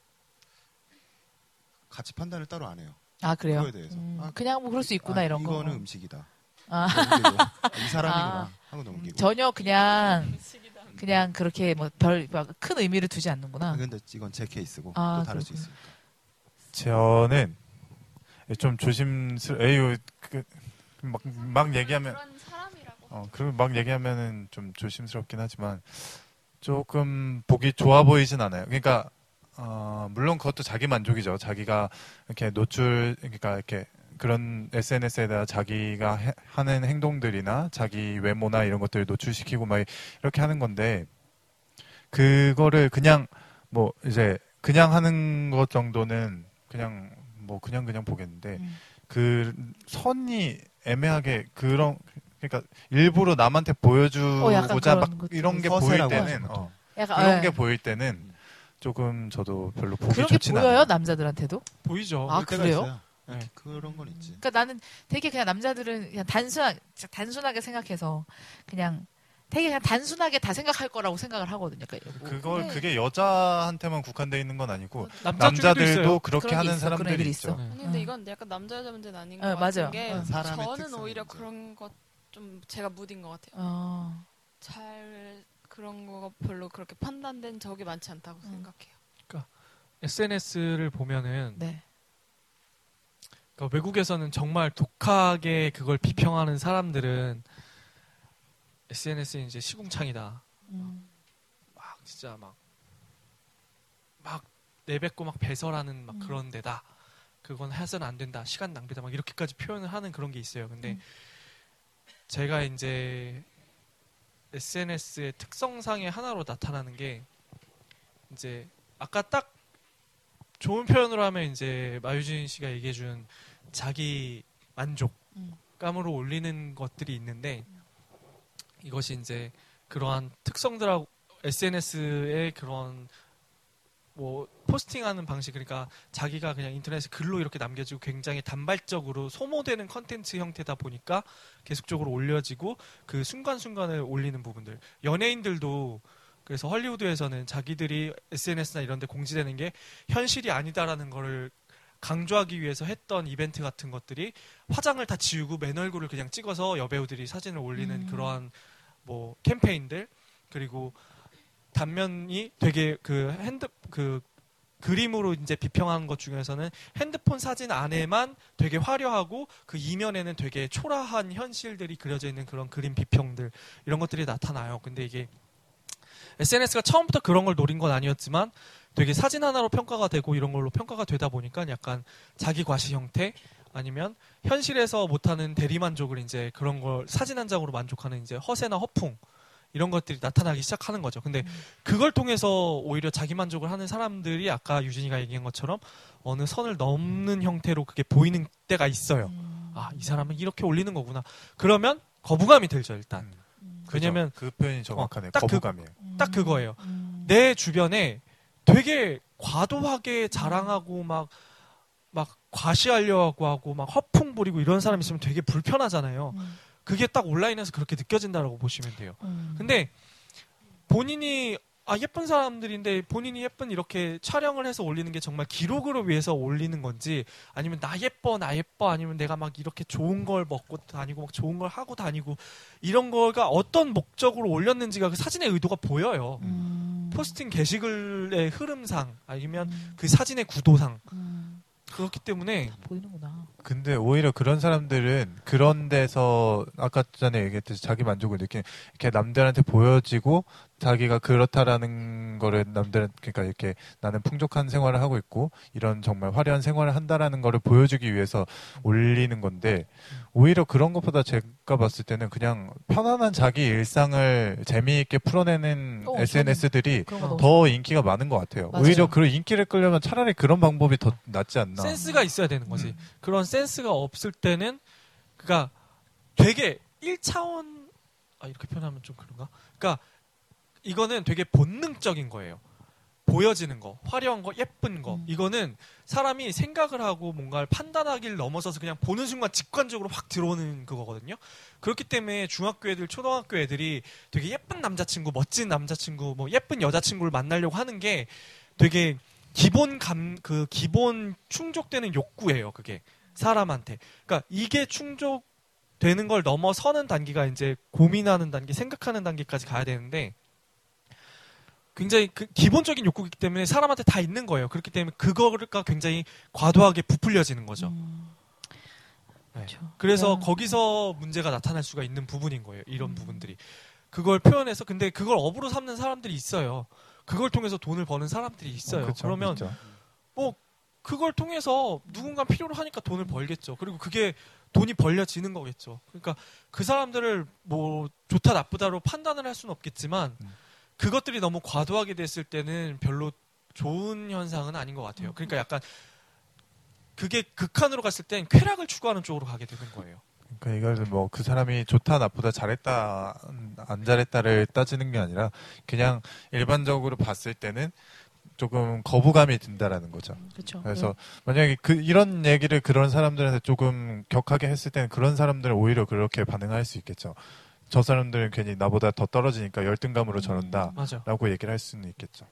C: 같이 판단을 따로 안 해요.
B: 아 그래요.
C: 그거에 대해서.
B: 음,
C: 아,
B: 그냥 뭐 그럴 수 있구나
C: 아,
B: 이런 거.
C: 이거는 음식이다.
B: 아.
C: 넘기고, 아, 이 사람이구나
B: 아.
C: 하고 넘기고.
B: 전혀 그냥 그냥 그렇게 뭐 별 큰 의미를 두지
C: 아,
B: 않는구나.
C: 근데 이건 제 케이스고
B: 아,
C: 또 다를 수
B: 그렇구나.
C: 있어요.
F: 저는 좀 조심스러. 에유 그막막 얘기하면
E: 그런 사람이라고.
F: 어, 그리고 막 얘기하면은 좀 조심스럽긴 하지만 조금 보기 좋아 보이진 않아요. 그러니까 어, 물론 그것도 자기 만족이죠. 자기가 이렇게 노출 그러니까 이렇게 그런 SNS에 대해 자기가 해- 하는 행동들이나 자기 외모나 이런 것들을 노출시키고 막 이렇게 하는 건데 그거를 그냥 뭐 이제 그냥 하는 것 정도는 그냥 뭐 그냥 그냥 보겠는데
B: 음.
F: 그 선이 애매하게 그런 그러니까 일부러 남한테
B: 어, 약간
F: 보여주고자
B: 그런
F: 막
B: 것도
F: 이런 게 보일
C: 서세라고
F: 때는
C: 하죠,
F: 어,
B: 약간
F: 그런
B: 예.
F: 게 보일 때는 조금 저도 별로 보기
B: 그런 게
F: 좋진
B: 보여요
F: 않아요.
B: 남자들한테도?
D: 네. 보이죠.
B: 아,
C: 볼 때가
B: 그래요?
C: 있어요.
D: 네.
C: 그런 건 있지.
B: 그러니까 나는 되게 그냥 남자들은 그냥 단순하게 단순하게 생각해서 그냥 되게 그냥 단순하게 다 생각할 거라고 생각을 하거든요. 그러니까 뭐
F: 그걸
B: 네.
F: 그게 여자한테만 국한돼 있는 건 아니고
D: 남자 중에도 있어요.
F: 남자들도 그렇게
B: 그런 게
F: 하는
B: 있어, 그런 애들이
F: 사람들이
B: 있어.
F: 있죠.
D: 네.
E: 아니 근데
B: 응.
E: 이건 약간 남자 여자 문제는 아닌 것
B: 네, 맞아요.
E: 같은 게
B: 응.
C: 어, 사람의
E: 저는
C: 특성인
E: 오히려
C: 거죠.
E: 그런 것 좀 제가 무딘 것 같아요.
B: 어,
E: 잘 그런 거가 별로 그렇게 판단된 적이 많지 않다고
B: 음.
E: 생각해요.
D: SNS를 보면은
B: 네.
D: 그러니까 외국에서는 정말 독하게 그걸 비평하는 사람들은 SNS는 이제 시궁창이다.
B: 음.
D: 막 진짜 막 막 내뱉고 막 배설하는 막
B: 음.
D: 그런 데다. 그건 해서는 안 된다. 시간 낭비다. 막 이렇게까지 표현을 하는 그런 게 있어요. 근데
B: 음.
D: 제가 이제 SNS의 특성상의 하나로 나타나는 게 이제 아까 딱 좋은 표현으로 하면 이제 마유진 씨가 얘기해 준 자기 만족
B: 음.
D: 감으로 올리는 것들이 있는데 이것이 이제 그러한 특성들하고 SNS의 그런 뭐 포스팅하는 방식 그러니까 자기가 그냥 인터넷에 글로 이렇게 남겨지고 굉장히 단발적으로 소모되는 컨텐츠 형태다 보니까 계속적으로 올려지고 그 순간순간을 올리는 부분들 연예인들도 그래서 헐리우드에서는 자기들이 SNS나 이런 데 공지되는 게 현실이 아니다라는 거를 강조하기 위해서 했던 이벤트 같은 것들이 화장을 다 지우고 맨 얼굴을 그냥 찍어서 여배우들이 사진을 올리는
B: 음.
D: 그러한 뭐 캠페인들 그리고 단면이 되게 그 핸드 그 그림으로 이제 비평한 것 중에서는 핸드폰 사진 안에만 되게 화려하고 그 이면에는 되게 초라한 현실들이 그려져 있는 그런 그림 비평들 이런 것들이 나타나요. 근데 이게 SNS가 처음부터 그런 걸 노린 건 아니었지만 되게 사진 하나로 평가가 되고 이런 걸로 평가가 되다 보니까 약간 자기 과시 형태 아니면 현실에서 못하는 대리 만족을 이제 그런 걸 사진 한 장으로 만족하는 이제 허세나 허풍 이런 것들이 나타나기 시작하는 거죠. 근데
B: 음.
D: 그걸 통해서 오히려 자기 만족을 하는 사람들이 아까 유진이가 얘기한 것처럼 어느 선을 넘는 형태로 그게 보이는 때가 있어요.
B: 음.
D: 아, 이 사람은 이렇게 올리는 거구나. 그러면 거부감이 들죠, 일단.
F: 음.
B: 음.
D: 왜냐면
F: 그죠? 그 표현이 정확하네요.
D: 딱 그-
F: 거부감이에요.
D: 딱 그거예요.
B: 음.
D: 내 주변에 되게 과도하게 자랑하고 막, 막 과시하려고 하고 막 허풍 부리고 이런 사람 있으면 되게 불편하잖아요.
B: 음.
D: 그게 딱 온라인에서 그렇게 느껴진다라고 보시면 돼요.
B: 음.
D: 근데 본인이 아 예쁜 사람들인데 본인이 예쁜 이렇게 촬영을 해서 올리는 게 정말 기록으로 위해서 올리는 건지 아니면 나 예뻐 나 예뻐 아니면 내가 막 이렇게 좋은 걸 먹고 다니고 막 좋은 걸 하고 다니고 이런 거가 어떤 목적으로 올렸는지가 그 사진의 의도가 보여요.
B: 음.
D: 포스팅 게시글의 흐름상 아니면
B: 음.
D: 그 사진의 구도상
B: 음.
D: 그렇기 때문에
B: 다 보이는구나.
F: 근데 오히려 그런 사람들은 그런 데서 아까 전에 얘기했듯이 자기 만족을 느끼는 이렇게 남들한테 보여지고 자기가 그렇다라는 거를 남들 그러니까 이렇게 나는 풍족한 생활을 하고 있고 이런 정말 화려한 생활을 한다라는 거를 보여주기 위해서 올리는 건데 오히려 그런 것보다 제가 봤을 때는 그냥 편안한 자기 일상을 재미있게 풀어내는
B: 어,
F: SNS들이
B: 그런
D: 어.
B: 거 너무
F: 더 인기가 많은 것 같아요.
B: 맞아요.
F: 오히려 그런 인기를 끌려면 차라리 그런 방법이 더 낫지 않나.
D: 센스가 있어야 되는 거지. 그런 센스가 없을 때는 그니까 되게 1차원 아 이렇게 표현하면 좀 그런가? 그러니까 이거는 되게 본능적인 거예요. 보여지는 거, 화려한 거, 예쁜 거.
B: 음.
D: 이거는 사람이 생각을 하고 뭔가를 판단하기를 넘어서서 그냥 보는 순간 직관적으로 확 들어오는 그거거든요. 그렇기 때문에 중학교 애들, 초등학교 애들이 되게 예쁜 남자친구, 멋진 남자친구, 뭐 예쁜 여자친구를 만나려고 하는 게 되게 기본 감, 그 기본 충족되는 욕구예요. 그게 사람한테. 그러니까 이게 충족되는 걸 넘어서는 단계가 이제 고민하는 단계, 생각하는 단계까지 가야 되는데 굉장히 그 기본적인 욕구이기 때문에 사람한테 다 있는 거예요. 그렇기 때문에 그거가 굉장히 과도하게 부풀려지는 거죠.
B: 음.
D: 그래서
B: 네.
D: 거기서 문제가 나타날 수가 있는 부분인 거예요. 이런 부분들이. 그걸 표현해서 근데 그걸 업으로 삼는 사람들이 있어요. 그걸 통해서 돈을 버는 사람들이 있어요.
F: 그쵸,
D: 그러면
F: 있죠.
D: 그걸 통해서 누군가 필요로 하니까 돈을 벌겠죠. 그리고 그게 돈이 벌려지는 거겠죠. 그러니까 그 사람들을 뭐 좋다 나쁘다로 판단을 할 수는 없겠지만
F: 음.
D: 그것들이 너무 과도하게 됐을 때는 별로 좋은 현상은 아닌 것 같아요. 그러니까 약간 그게 극한으로 갔을 땐 쾌락을 추구하는 쪽으로 가게 되는 거예요.
F: 그러니까 이걸 뭐 그 사람이 좋다 나쁘다 잘했다 안 잘했다를 따지는 게 아니라 그냥 일반적으로 봤을 때는 조금 거부감이 든다라는 거죠.
B: 그렇죠.
F: 그래서 만약에 그 이런 얘기를 그런 사람들한테 조금 격하게 했을 때는 그런 사람들은 오히려 그렇게 반응할 수 있겠죠. 저 사람들은 괜히 나보다 더 떨어지니까
B: 음.
F: 열등감으로 저런다라고
D: 맞아.
F: 얘기를 할 수는 있겠죠.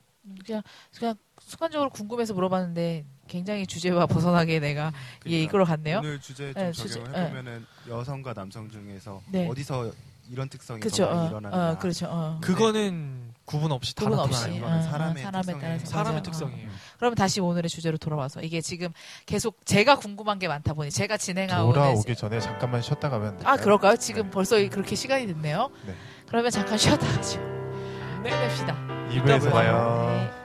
B: 그냥 그냥 순간적으로 궁금해서 물어봤는데 굉장히 주제와 벗어나게 내가 예
C: 그러니까
B: 이끌어 갔네요.
C: 오늘 주제에 좀
B: 네,
C: 적용을
B: 주제,
C: 해보면은 여성과 남성 중에서
B: 네.
C: 어디서 이런 특성이 더
B: 그렇죠.
C: 많이
B: 어,
C: 일어나느냐
B: 어, 그렇죠. 어.
D: 그거는 구분 없이 다
B: 구분 없이.
D: 나타나는 거예요.
C: 이거는
B: 어,
C: 사람의,
B: 사람에
C: 특성이에요.
B: 따라서
D: 사람의
B: 맞아요. 그렇죠. 어.
D: 특성이에요.
B: 그러면 다시 오늘의 주제로 돌아와서 이게 지금 계속 제가 궁금한 게 많다 보니 제가 진행하고
F: 돌아오기 전에 잠깐만 쉬었다 가면
B: 아
F: 될까요?
B: 그럴까요? 지금
F: 네.
B: 벌써 그렇게 시간이 됐네요.
F: 네.
B: 그러면 잠깐 쉬었다 하죠. 끝냅시다.
F: 이부에서
C: 이따 봐요.
F: 봐요.
B: 네.